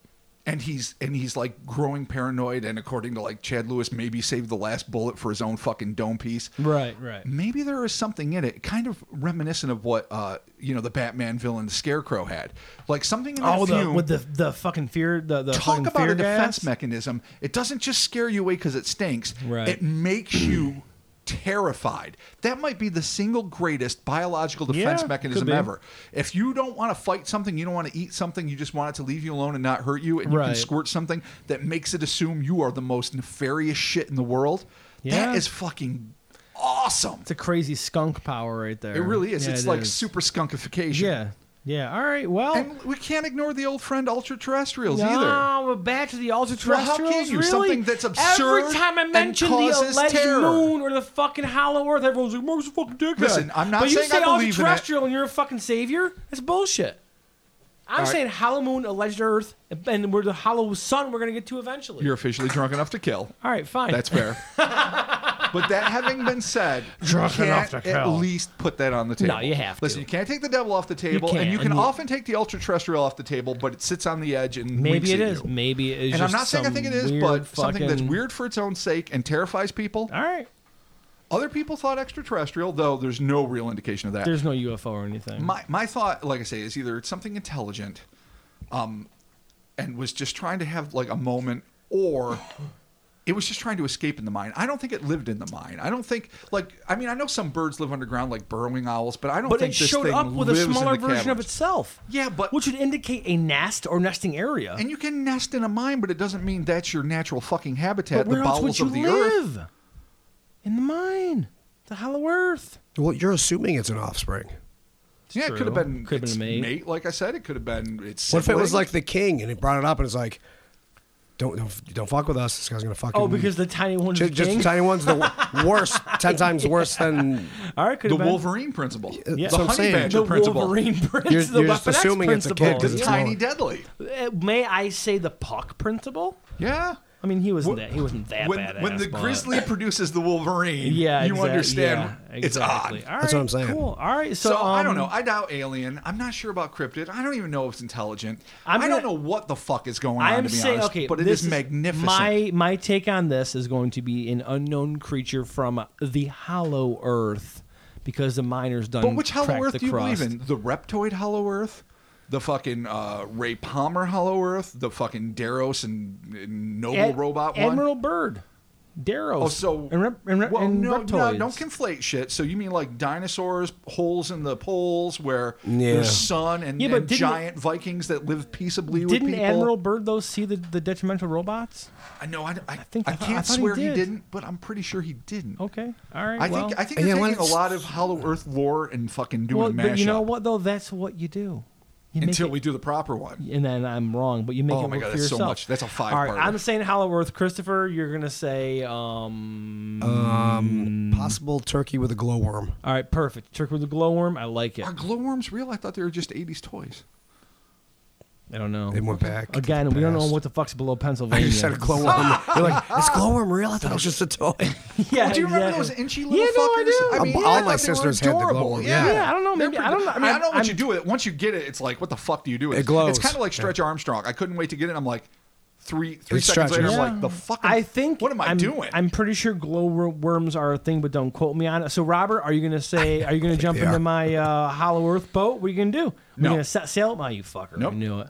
C: and he's and he's like growing paranoid and according to like Chad Lewis maybe saved the last bullet for his own fucking dome piece.
D: Right, right.
C: Maybe there is something in it, kind of reminiscent of what uh, you know the Batman villain the Scarecrow had, like something in that
D: Oh, the,
C: fume.
D: with the the fucking fear, the, the
C: talk
D: fucking
C: about
D: fear
C: a defense
D: gas.
C: mechanism. It doesn't just scare you away because it stinks.
D: Right.
C: It makes you terrified. That might be the single greatest biological defense
D: Yeah, could
C: mechanism
D: be.
C: ever. If you don't want to fight something, you don't want to eat something, you just want it to leave you alone and not hurt you, and you can
D: Right.
C: squirt something that makes it assume you are the most nefarious shit in the world.
D: Yeah.
C: That is fucking awesome.
D: It's a crazy skunk power right there.
C: It really is.
D: Yeah,
C: it's
D: it
C: like
D: is.
C: super skunkification.
D: Yeah, yeah. All right. Well,
C: And we can't ignore the old friend ultra terrestrials
D: no,
C: either.
D: we're back to the ultra
C: Well, how
D: terrestrials.
C: can you?
D: Really?
C: Something that's
D: Every
C: absurd
D: time I
C: and
D: mention the
C: causes
D: alleged
C: terror.
D: moon or the fucking hollow earth, everyone's like, "Where's the fucking dickhead?"
C: Listen, I'm not
D: but you
C: saying I
D: say
C: believe in it.
D: ultra terrestrial and you're a fucking savior. That's bullshit.
E: I'm saying Hollow Moon, Alleged Earth, and we're the Hollow Sun. We're gonna get to eventually.
C: You're officially drunk enough to kill.
E: All right, fine.
C: *laughs* That's fair. but that having been said,
B: Drunk
C: you
B: enough
C: can't
B: to
C: at
B: kill.
C: least put that on the table.
E: No, you have to.
C: Listen, you can't take the devil off the table,
E: can't,
C: and you can
E: and you-
C: often take the ultra terrestrial off the table, but it sits on the edge and
A: Maybe
C: winks
A: it
C: at
A: is.
C: you.
A: Maybe it is.
C: And I'm
A: just
C: not saying I
A: some
C: think it is,
A: weird
C: but something that's
A: fucking-
C: weird for its own sake and terrifies people.
A: All right.
C: Other people thought extraterrestrial, though there's no real indication of that.
A: There's no UFO or anything.
C: my my thought, like I say, is either it's something intelligent, um, and was just trying to have like a moment, or it was just trying to escape in the mine. I don't think it lived in the mine. I don't think like I mean I know some birds live underground like burrowing owls, but I don't
E: but
C: think
E: it
C: this
E: showed
C: thing
E: up with a
C: lives in
E: smaller
C: the
E: version of
C: caverns.
E: itself.
C: Yeah, but-
E: which would indicate a nest or nesting area.
C: And you can nest in a mine, but it doesn't mean that's your natural fucking habitat.
E: but where
C: the
E: else would
C: bowels
E: you
C: of the earth.
E: live? In the mine, the Hollow Earth.
B: Well, you're assuming it's an offspring.
C: yeah, it could have
A: true.
C: been
A: Could have been a
C: its
A: mate.
C: Like I said, it could have been its.
B: What if it was
C: sibling.
B: like the king and he brought it up and it's like, don't don't, don't fuck with us. This guy's gonna fucking.
E: Oh, because the tiny one's
B: ju-
E: just,
B: just, the tiny ones, the
C: *laughs*
B: wor- worst, ten times worse than.
E: All right, could
C: the
E: have been.
C: Wolverine principle?
B: that's
C: the
B: what I'm
C: honey
B: saying.
C: badger
E: the
C: principle.
E: Wolverine Prince,
B: You're-
E: the
B: you're just
E: Weapon X
B: assuming it's a kid
E: principle.
B: 'cause it's
C: Tiny
B: smaller.
C: deadly.
E: Uh, May I say the Puck principle?
C: Yeah.
E: I mean, he wasn't
C: Wh-
E: that. He wasn't that
C: when,
E: badass.
C: when the
E: but- *laughs*
C: grizzly produces the wolverine,
E: yeah,
C: you
E: exact-
C: understand
E: yeah,
C: it's
E: exactly.
C: odd.
E: All
B: That's what
E: right,
B: I'm saying.
E: Cool. All right, so,
C: So I don't
E: um,
C: know. I doubt alien. I'm not sure about cryptid. I don't even know if it's intelligent. I'm
E: I'm
C: I do not
E: gonna-
C: know what the fuck is going on.
E: I am
C: to be
E: saying,
C: honest,
E: okay,
C: but it
E: this
C: is magnificent.
A: My my take on this is going to be an unknown creature from the Hollow Earth, because the miners done.
C: but which Hollow
A: cracked
C: Earth
A: the
C: do you
A: crust.
C: believe in? The Reptoid Hollow Earth, the fucking uh, Ray Palmer Hollow Earth, the fucking Daros and, and Noble
E: E-
A: Ad-
C: Robot one.
A: Admiral Bird, Darrow.
C: Oh, so
A: and, rep- and, rep-
C: well,
A: and
C: no, no,
A: reptoids.
C: don't conflate shit. So you mean like dinosaurs, holes in the poles, where
B: Yeah.
C: there's sun and,
A: Yeah, but
C: and
A: didn't-
C: giant Vikings that live peaceably with
A: Didn't
C: people?
A: Admiral Bird though see the, the detrimental robots?
C: I know. I, I,
A: think-
C: I
A: I thought- I
C: can't
A: thought he
C: swear he,
A: did.
C: didn't, but I'm pretty sure he didn't.
A: Okay, all right.
C: I
A: well,
C: think I think you're
B: Yeah, when
C: taking a
B: it's-
C: lot of Hollow Earth lore and fucking doing
A: well,
C: a
A: but you know
C: mashup
A: what though? That's what you do. You make
C: until
A: it-
C: we do the proper one.
A: and then I'm wrong, but you make
C: Oh
A: it
C: my
A: work
C: God,
A: for
C: that's so
A: yourself.
C: much. That's a five
A: All right,
C: parter.
A: I'm saying Hollow Earth, Christopher. You're gonna say. um
C: Mm.
B: Um, possible turkey with a glowworm.
A: All right, perfect. Trick with the glowworm. I like it.
C: Are glowworms real? I thought they were just 80s toys.
A: I don't know.
B: It went back.
A: Again, we don't know what the fuck's
C: *laughs*
A: below Pennsylvania.
B: *laughs* You said a glowworm. You're like, is glowworm real? I thought it was just a
C: *laughs*
B: toy.
A: *laughs* yeah,
C: Oh, do you remember
A: exactly.
C: those inchy little
A: yeah,
C: fuckers?
A: No, I do.
C: I mean,
B: All
C: yeah,
B: my
C: I thought they were
B: sisters had the
C: adorable.
B: glowworm,
C: Yeah.
B: yeah.
A: Yeah, I don't know,
C: They're
A: maybe- I don't know.
C: I mean, I don't know what
A: I'm-
C: you do with it. Once you get it, it's like, what the fuck do you do with it?
B: It glows.
C: It's kind of like Stretch Armstrong. I couldn't wait to get it. I'm like, three three
B: It
C: seconds later,
B: stretches.
C: I'm like, the fuck? am-
A: I think.
C: What am I
A: I'm-
C: doing?
A: I'm pretty sure glowworms are a thing, but don't quote me on it. So, Robert, are you gonna say? Are you gonna jump
B: they
A: into
B: are.
A: my uh, Hollow Earth boat? What are you gonna do? We're
C: No.
A: gonna set sail? Oh, you fucker!
C: Nope.
A: I knew it.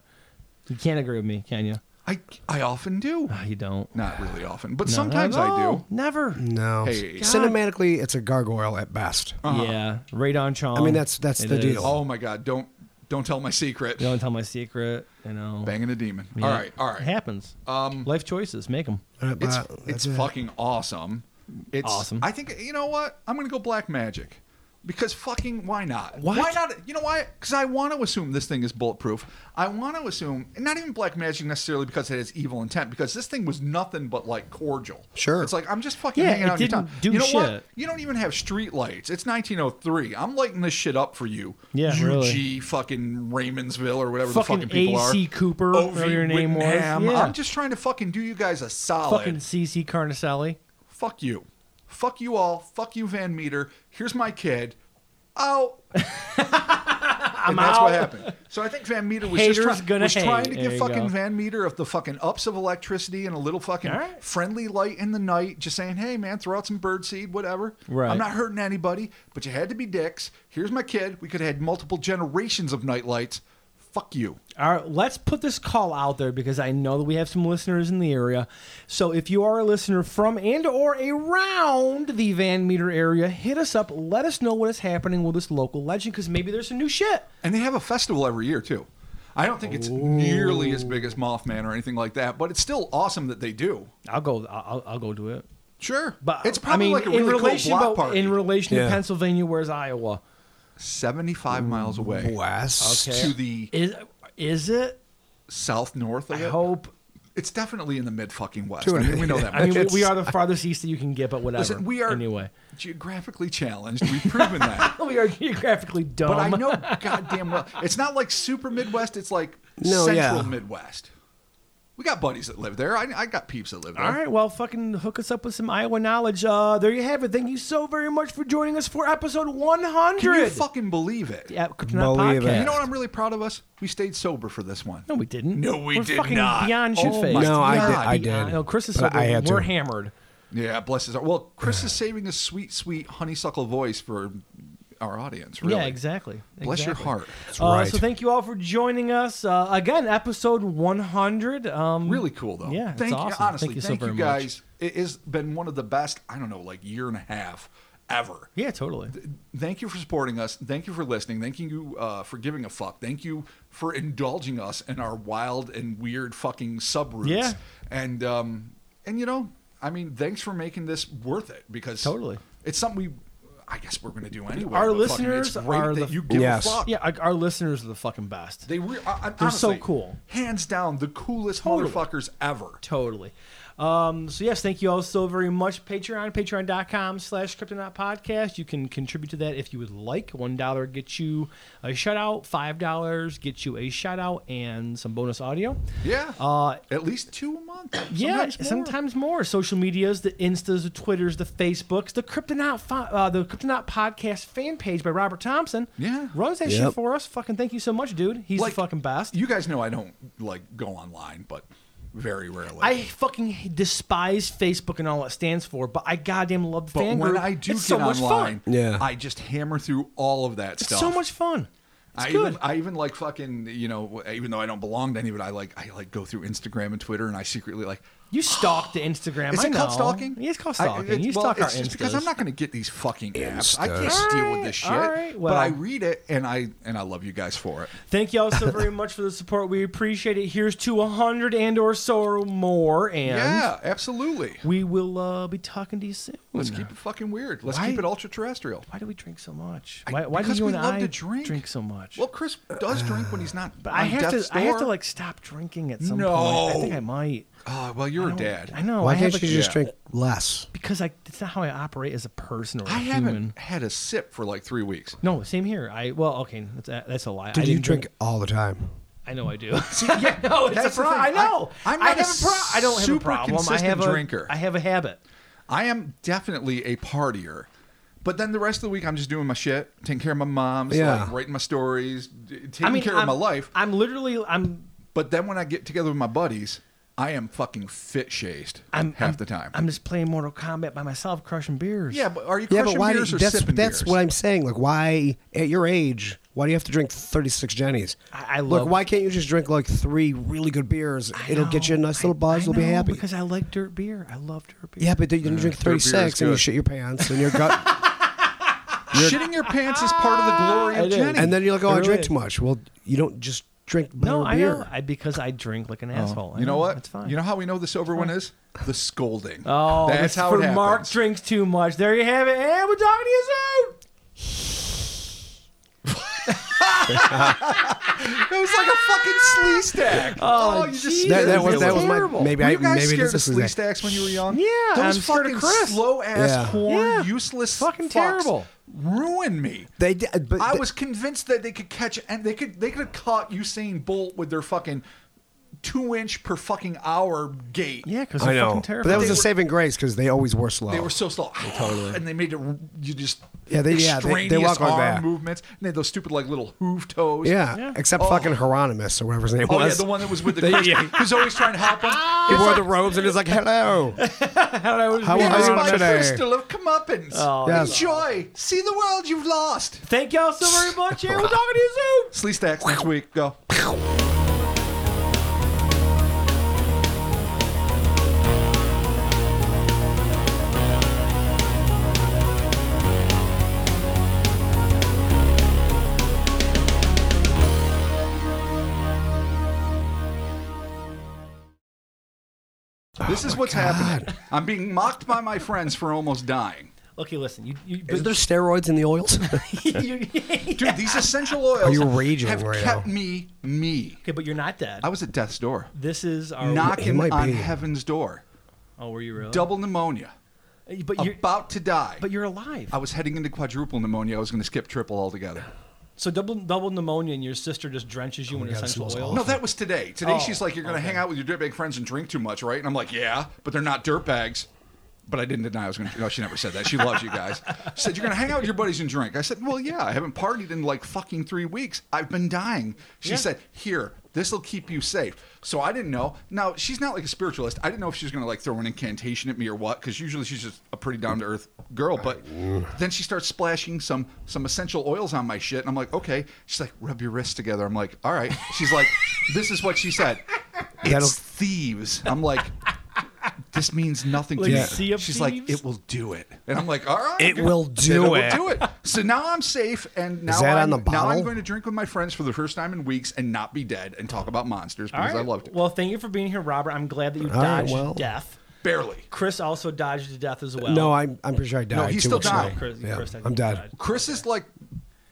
A: You can't agree with me, can you?
C: I I often do.
A: Ah, you don't.
C: Not really often, but
A: No, not
C: sometimes
A: at
C: I do.
A: all. Never.
B: No.
C: Hey.
B: Cinematically, it's a gargoyle at best.
C: Uh-huh.
A: Yeah, radon chong.
B: I mean, that's- that's
A: It
B: the
A: is.
B: deal.
C: Oh my god! Don't don't tell my secret.
A: Don't tell my secret. You know.
C: Banging a demon.
A: Yeah.
C: All right, all right.
A: It happens.
C: Um,
A: Life choices. Make them.
B: Uh, but
C: It's
B: that's
C: it's
B: it.
C: fucking awesome. It's
A: Awesome.
C: I think you know what? I'm gonna go black magic. Because fucking why not?
A: What?
C: Why not? You know why? Because I want to assume this thing is bulletproof. I want to assume, and not even black magic necessarily because it has evil intent. Because this thing was nothing but like cordial.
B: Sure.
C: It's like I'm just fucking
A: Yeah,
C: hanging
A: it
C: out in your
A: didn't
C: town.
A: do
C: you know what?
A: shit.
C: You don't even have street lights. It's 1903. I'm lighting this shit up for you.
A: Yeah,
C: UG
A: really.
C: fucking Raymondsville or whatever
A: Fucking
C: the fucking people are.
A: AC Cooper,
C: OV
A: whatever your name was.
C: Whittenham.
A: Yeah.
C: I'm just trying to fucking do you guys a solid
A: Fucking CC Carnicelli.
C: fuck you. Fuck you all. Fuck you, Van Meter. Here's my kid.
A: *laughs*
C: Out. and that's what happened. So I think Van Meter was
A: Haters
C: just try-
A: gonna
C: was trying
A: hate.
C: to
A: There
C: give
A: you
C: fucking
A: go.
C: Van Meter of the fucking ups of electricity and a little fucking
A: All right.
C: friendly light in the night, just saying, hey man, throw out some bird seed, whatever.
A: Right.
C: I'm not hurting anybody, but you had to be dicks. Here's my kid. We could have had multiple generations of night lights. Fuck you.
A: All right, let's put this call out there because I know that we have some listeners in the area. So if you are a listener from and or around the Van Meter area, hit us up. Let us know what is happening with this local legend because maybe there's some new shit.
C: And they have a festival every year too. I don't think it's nearly as big as Mothman or anything like that, but it's still awesome that they do.
A: I'll go. I'll, I'll go do it.
C: Sure,
A: But
C: it's
A: I
C: probably
A: mean,
C: like a really
A: in relation,
C: cool block
A: but
C: party.
A: in relation
B: Yeah.
A: to Pennsylvania, where's Iowa?
C: Seventy-five miles away
B: West.
C: to the
A: Is is it?
C: south north of
A: I
C: it.
A: hope
C: It's definitely in the mid fucking west.
B: Two
C: I
B: and a
C: mean, we know that.
A: I mean,
C: much.
A: we, we are the farthest east that you can get, but whatever.
C: Listen, we are
A: anyway.
C: geographically challenged. We've
A: *laughs*
C: proven that.
A: We are geographically dumb.
C: but I know goddamn well. It's not like super Midwest. It's like
B: No,
C: central
B: yeah.
C: Midwest. We got buddies that live there. I, I got peeps that live there.
A: All right, well, fucking hook us up with some Iowa knowledge. Uh, there you have it. Thank you so very much for joining us for episode 100.
C: Can you fucking believe it?
A: yeah, Kryptonite
B: Believe it.
A: podcast.
C: You know what I'm really proud of us? We stayed sober for this one.
A: No, we didn't.
C: No, we
A: We're
C: did
A: fucking
C: not.
A: Beyond shit
C: Oh
A: faced.
C: my
B: No, I did-
C: God.
B: I did.
A: No, Chris is
B: But
A: sober.
B: I had to.
A: We're hammered.
C: Yeah, bless his heart. Well, Chris is saving his sweet, sweet honeysuckle voice for our audience. Really.
A: Yeah, exactly.
C: Bless your
A: Exactly.
C: heart.
A: Uh,
B: right.
A: So thank you all for joining us uh, again, episode 100. Um,
C: Really cool though.
A: Yeah, it's
C: thank you.
A: awesome.
C: Honestly,
A: Thank you so
C: thank you,
A: very much.
C: guys. It has been one of the best. I don't know, like year and a half ever.
A: Yeah, totally.
C: Thank you for supporting us. Thank you for listening. Thank you uh, for giving a fuck. Thank you for indulging us in our wild and weird fucking subroutes.
A: Yeah.
C: And um, and you know, I mean, thanks for making this worth it because
A: Totally.
C: it's something we. I guess we're gonna do anyway.
A: Our
C: but fucking it's
A: listeners
C: great
A: are
C: that
A: the-
C: you give
B: Yes.
C: a fuck.
A: Yeah, our, our listeners are the fucking best.
C: They re- I, I,
A: They're so
C: honestly,
A: cool.
C: hands down, the coolest motherfuckers ever.
A: Totally. Um, so yes, thank you all so very much. Patreon, patreon.com slash kryptonaut podcast. You can contribute to that if you would like. One dollar gets you a shout out, five dollars gets you a shout out and some bonus audio.
C: Yeah,
A: Uh,
C: at least two a month.
A: yeah,
C: sometimes more.
A: sometimes more. Social medias, the Instas, the Twitters, the Facebooks, the Kryptonaut, fi- uh, the Kryptonaut podcast fan page by Robert Thompson.
C: Yeah.
A: runs that shit
B: Yep.
A: for us. Fucking thank you so much, dude. He's the fucking best.
C: You guys know I don't like go online, but very rarely.
A: I fucking despise Facebook and all it stands for, but I goddamn love the
C: but
A: fan
C: when
A: group.
C: I do
A: it's so
C: get
A: much
C: online,
A: fun.
B: Yeah.
C: I just hammer through all of that
A: It's
C: stuff.
A: so much fun. It's
C: I
A: good.
C: even I even like fucking you know even though I don't belong to anybody I like I like go through Instagram and Twitter and I secretly like
A: you stalked the Instagram.
C: is
A: I
C: it
A: know.
C: called stalking?
A: Yeah, it's called
C: I-
A: stalking.
C: it-
A: you
C: well,
A: stalk our
C: it's just
A: Instas.
C: because I'm not going to get these fucking apps. I can't
B: Instas.
C: deal with this shit.
A: All right,
C: but
A: well.
C: I read it and I and I love you guys for it.
A: Thank you all so very much for the support. We appreciate it. Here's to 100 and or so more, and
C: yeah, absolutely.
A: we will uh, be talking to you soon.
C: Let's keep it fucking weird. Let's
A: Why-
C: keep it ultra terrestrial.
A: Why do we drink so much?
C: I-
A: Why, why do
C: because
A: you
C: we
A: and
C: love
A: I
C: to drink.
A: so much?
C: Well, Chris does drink when he's not.
A: but I
C: on
A: have to.
C: death's
A: I have to
C: door.
A: like stop drinking at some point. I
C: No.
A: think I might.
C: Oh, well, you're a dad.
A: I know. I
B: Why
A: have
B: can't
A: a-
B: you just
C: yeah.
B: drink less?
A: because I it's not how I operate as a person or a
C: I haven't
A: human.
C: had a sip for like three weeks.
A: No, same here. I well, okay, that's a, that's a lie. I
B: Did you
A: didn't
B: drink all the time?
A: I know
C: *laughs*
A: I do. *laughs*
C: yeah,
A: no, it's a
C: that's the
A: pro-
C: thing.
A: I know.
C: I- I'm
A: I
C: not a
A: have pro- I don't have a
C: super
A: problem. I
C: consistent
A: have a
C: drinker.
A: I have a habit.
C: I am definitely a partier. But then the rest of the week, I'm just doing my shit, taking care of my mom,
B: Yeah.
C: like, writing my stories, d- taking
A: I mean,
C: care
A: I'm,
C: of my life.
A: I'm literally I'm
C: but then when I get together with my buddies, I am fucking fit shazed
A: I'm
C: half
A: I'm-
C: the time.
A: I'm just playing Mortal Kombat by myself, crushing beers.
C: yeah, but are you
B: Yeah,
C: crushing
B: but why? Do
C: beers
B: you,
C: or
B: that's
C: sipping
B: that's
C: beers?
B: what I'm saying. Like, why at your age? Why do you have to drink 36 Jennies?
A: I- I love-
B: look. Why can't you just drink like three really good beers?
A: I
B: It'll
A: know.
B: get you a nice
A: I-
B: little buzz.
A: I
B: you'll be
A: know,
B: happy.
A: because I like dirt beer. I love dirt beer.
B: yeah, but then you drink
C: beer is
B: 36 and you
C: good.
B: shit your pants and your gut,
C: Shitting your pants is part of the
A: Ah,
C: glory
A: *laughs*
C: of
A: It is.
C: Jenny.
B: and then you're like, oh,
A: It
B: I
A: really
B: drank
A: is.
B: too much. Well, you don't just drink better
A: No, I
B: beer.
A: know. I, because I drink like an asshole. I
C: Oh. You know what?
A: It's fine.
C: You know how we know the sober one is? The scolding.
A: Oh,
C: that's
A: that's
C: how
A: for
C: it happens.
A: Mark drinks too much. There you have it. And we're talking to you soon.
C: It was like a fucking slee stack.
A: Oh,
C: you just
B: That, that was
A: Jesus,
B: that was my
A: terrible.
B: maybe
C: Were
B: I
C: you guys
B: maybe
C: scared of
B: this is
C: slee
B: that.
C: stacks when you were young?
A: Yeah,
C: those
A: I'm scared of
C: fucking
A: Chris.
C: slow ass
B: Yeah.
C: corn,
A: Yeah.
C: useless,
A: Fucking
C: fucks
A: terrible.
C: Ruined me.
B: They did, but
C: I
B: th-
C: was convinced that they could catch and they could they could have caught Usain Bolt with their fucking two inch per fucking hour gait.
A: Yeah, because
B: I
A: they're
B: know,
A: fucking
B: but
A: terrible.
B: that was
C: They
B: a
C: were-
B: saving grace because they always were slow.
C: They were so slow, totally, and they made it. You just
B: Yeah, they- yeah, they- they
C: extraneous
B: walk like
C: arm
B: that.
C: movements. And they had those stupid like little hoof toes.
B: yeah,
A: Yeah.
B: except
C: Oh.
B: fucking Hieronymus or whatever his name
C: Oh
B: was.
C: yeah, the one that was
B: *laughs*
C: with the Christian, who's always trying to help
A: Ah,
C: him.
B: He wore the robes and he's like, "Hello." How
C: Here's
B: are you
C: my
B: today?
C: crystal of comeuppance.
A: Oh,
B: Yes.
C: Enjoy. See the world you've
A: *laughs*
C: lost.
A: Thank y'all so very much. And
C: *laughs*
A: we're talking to you soon.
C: Slee stacks next week. Go.
B: Oh
C: This is what's happening. I'm being mocked by my friends for almost dying.
A: Okay, listen. You, you
B: *laughs* Is
A: but
B: there steroids in the *laughs* oils?
A: *laughs* you-
C: Dude, these essential oils
B: Are you raging
C: have
B: right
C: kept
B: now?
C: me me.
A: okay, but you're not dead.
C: I was at death's door.
A: This is our
B: Uh, It
C: Knocking
B: might
C: on
B: be. Uh,
C: heaven's door.
A: Oh, were you really? Uh,
C: Double pneumonia.
A: but you're
C: about to die.
A: but you're alive.
C: I was heading into quadruple pneumonia. I was going to skip triple altogether.
A: So double double pneumonia, and your sister just drenches
C: Oh
A: you in
B: God, it
A: essential
B: smells
A: oil.
B: awful.
C: No, that was today. Today
A: Oh,
C: she's like, you're going to hang out with your dirtbag friends and drink too much, right? And I'm like, yeah, but they're not dirtbags. But I didn't deny I was going to. No, she never said that. She loves you guys. She said, you're going to hang out with your buddies and drink. I said, well, yeah, I haven't partied in like fucking three weeks. I've been dying. She
A: Yeah.
C: said, here, this will keep you safe. So I didn't know. Now, she's not like a spiritualist. I didn't know if she was going to like throw an incantation at me or what, because usually she's just a pretty down to earth girl. But then she starts splashing some some essential oils on my shit. And I'm like, okay. She's like, rub your wrists together. I'm like, all right. She's like, this is what she said. It's
B: That'll-
C: thieves. I'm like, *laughs* this means nothing
A: Like
C: to
A: a sea
C: me.
A: of
C: She's like,
A: thieves?
C: it will do it. And I'm like, all right.
B: It
C: good.
B: will
C: Then
B: do
C: It
B: it.
C: will do it. So now I'm safe. And now,
B: that
C: I'm,
B: on the
C: now I'm
B: bottle?
C: going to drink with my friends for the first time in weeks and not be dead and talk about monsters
A: All
C: because
A: right.
C: I loved it.
A: Well, thank you for being here, Robert. I'm glad that you
B: All right,
A: dodged
B: well.
A: death.
C: Barely.
A: Chris also dodged death as well. Oh,
B: no, I'm, I'm pretty sure I died.
C: he's
B: two
C: still
B: weeks
C: dying.
B: ago.
A: Chris,
B: Yeah,
A: Chris I think
B: I'm dead.
A: died. *laughs*
C: Chris is like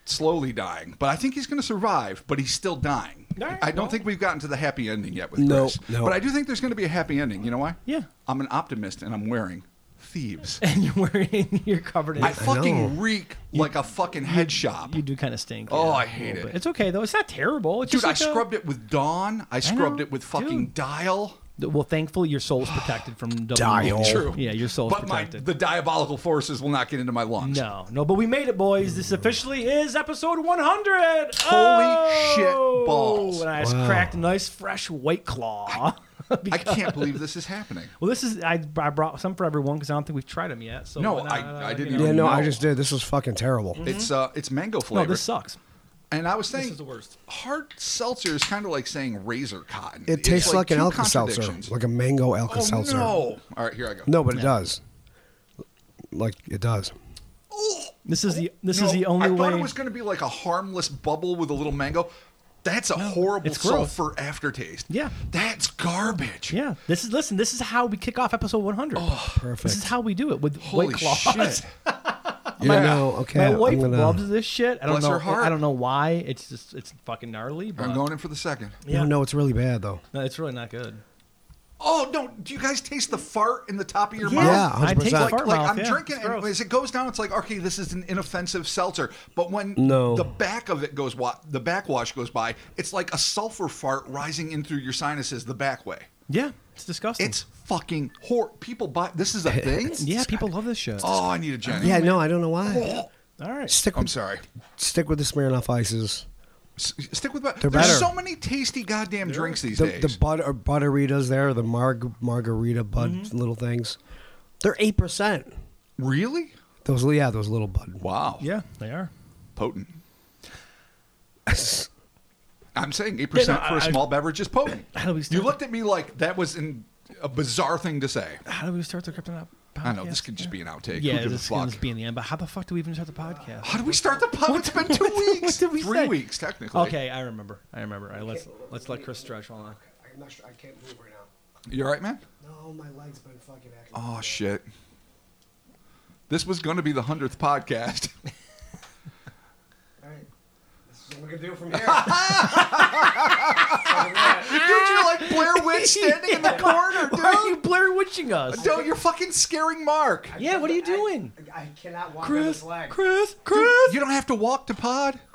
C: slowly dying, but I think he's going to survive, but he's still dying.
A: All right,
C: I don't
A: well.
C: think we've gotten to the happy ending yet with
B: No,
C: Chris.
B: no.
C: But I do think there's going to be a happy ending. You know why?
A: Yeah.
C: I'm an optimist and I'm wearing thieves.
A: And you're wearing, *laughs* you're covered in.
C: I fucking
B: know.
C: reek like a fucking head shop.
A: you do kind of stink.
C: Oh,
A: yeah,
C: I
A: a
C: hate
A: little
C: it.
A: bit. It's okay though. It's not terrible. It's
C: Dude,
A: just
C: I
A: like a-
C: scrubbed it with Dawn. I scrubbed it with fucking
A: Dude.
C: Dial.
A: Well, thankfully, your soul's protected
C: *sighs*
A: from double
B: Dial.
A: pneumonia.
C: True.
A: Oh, Yeah, your soul's
C: But my,
A: protected.
C: the diabolical forces will not get into my lungs.
A: No, no, but we made it, boys. This officially is episode 100.
C: Holy shit balls.
A: And I just cracked a nice fresh white claw. *laughs*
C: I can't believe this is happening.
A: well, this is I, I brought some for everyone because I don't think we've tried them yet. So
C: No,
A: why not,
C: I-
A: uh,
C: I
A: you
C: didn't
A: know.
B: Yeah, no, I
C: No.
B: just did. This was fucking terrible.
C: It's uh, it's mango
A: No,
C: flavor.
A: this sucks.
C: and I was saying,
A: is the worst.
C: Hard seltzer is kind of like saying razor cotton.
B: It
C: It's
B: tastes like, an
C: two
B: Alka Seltzer,
C: contradictions.
B: like a mango Alka
C: oh
B: Seltzer.
C: no! All right, here I go.
B: No, but it does. Like it does.
A: This is the this
C: No,
A: is the only
C: I
A: way.
C: thought it was going to be like a harmless bubble with a little mango. That's a horrible
A: it's gross.
C: sulfur aftertaste.
A: Yeah.
C: that's garbage.
A: yeah, this is listen. This is how we kick off episode 100. This is
B: perfect.
A: how we do it with
C: Holy
A: white claws. *laughs*
C: shit!
B: You know, Oh, okay.
A: My
B: I'm
A: wife
B: gonna-
A: loves this shit. I don't
C: Bless
A: know.
C: her heart.
A: I don't know why. It's just it's fucking gnarly. But
C: I'm going in for the second.
A: yeah.
B: No, no, it's really bad though.
A: no, it's really not good.
C: Oh no! Do you guys taste the fart in the top of your mouth?
B: Yeah,
A: I take
B: 100%.
A: the
C: like,
A: fart
C: like
A: mouth,
C: I'm
A: yeah.
C: drinking,
A: It's
C: and
A: gross.
C: as it goes down, it's like okay, this is an inoffensive seltzer. But when
B: No.
C: the back of it goes, wa- the backwash goes by, it's like a sulfur fart rising in through your sinuses the back way.
A: Yeah, it's disgusting.
C: It's fucking hor. People buy this is a thing.
A: yeah, people love this shit.
C: Oh, I need a gin.
B: Yeah, no, I don't know
C: *laughs*
B: why.
A: All right.
B: Stick
C: I'm
B: with
C: sorry.
B: stick with the Smirnoff ices.
C: S- stick with. my-
B: They're
C: There's
B: better.
C: so many tasty goddamn drinks these
B: The
C: days.
B: the butter uh, butteritas there, the marg margarita bud
A: Mm-hmm.
B: little things. They're eight percent.
C: really?
B: Those yeah, those little bud.
C: Wow.
A: Yeah, they are.
C: Potent. *laughs* I'm saying eight
A: Yeah,
C: percent
A: no,
C: for a
A: I-
C: small beverage is potent.
A: How do we
C: you
A: start-
C: looked at me like that was in a bizarre thing to say.
A: How do we start the Kryptonite? Podcast?
C: I know this could just be an outtake.
A: Uh, Yeah,
C: Who gives
A: this
C: a
A: can
C: fuck?
A: just be in the end. But how the fuck do we even start the podcast?
C: How do we start the pub? It's been
A: *laughs*
C: two
A: what
C: weeks.
A: did we
C: Three
A: say?
C: weeks technically.
A: Okay, I remember. I remember. All right, let's let's let Chris stretch. Hold on.
B: I'm not sure I can't move right now.
C: You all right, man?
B: No, my leg's been fucking acting.
C: Oh shit. This was going to be the hundredth podcast. *laughs*
B: All right. This is what we're gonna do from
C: *laughs*
B: here.
C: dude, you're like Blair
A: *laughs*
C: Witch standing in the corner,
A: Why are *laughs* you
C: dude.
A: Blair Witching us?
C: Don't you're fucking scaring Mark.
A: Yeah, what are you doing,
B: I cannot walk
A: Chris? Chris? Chris?
C: You don't have to walk to pod.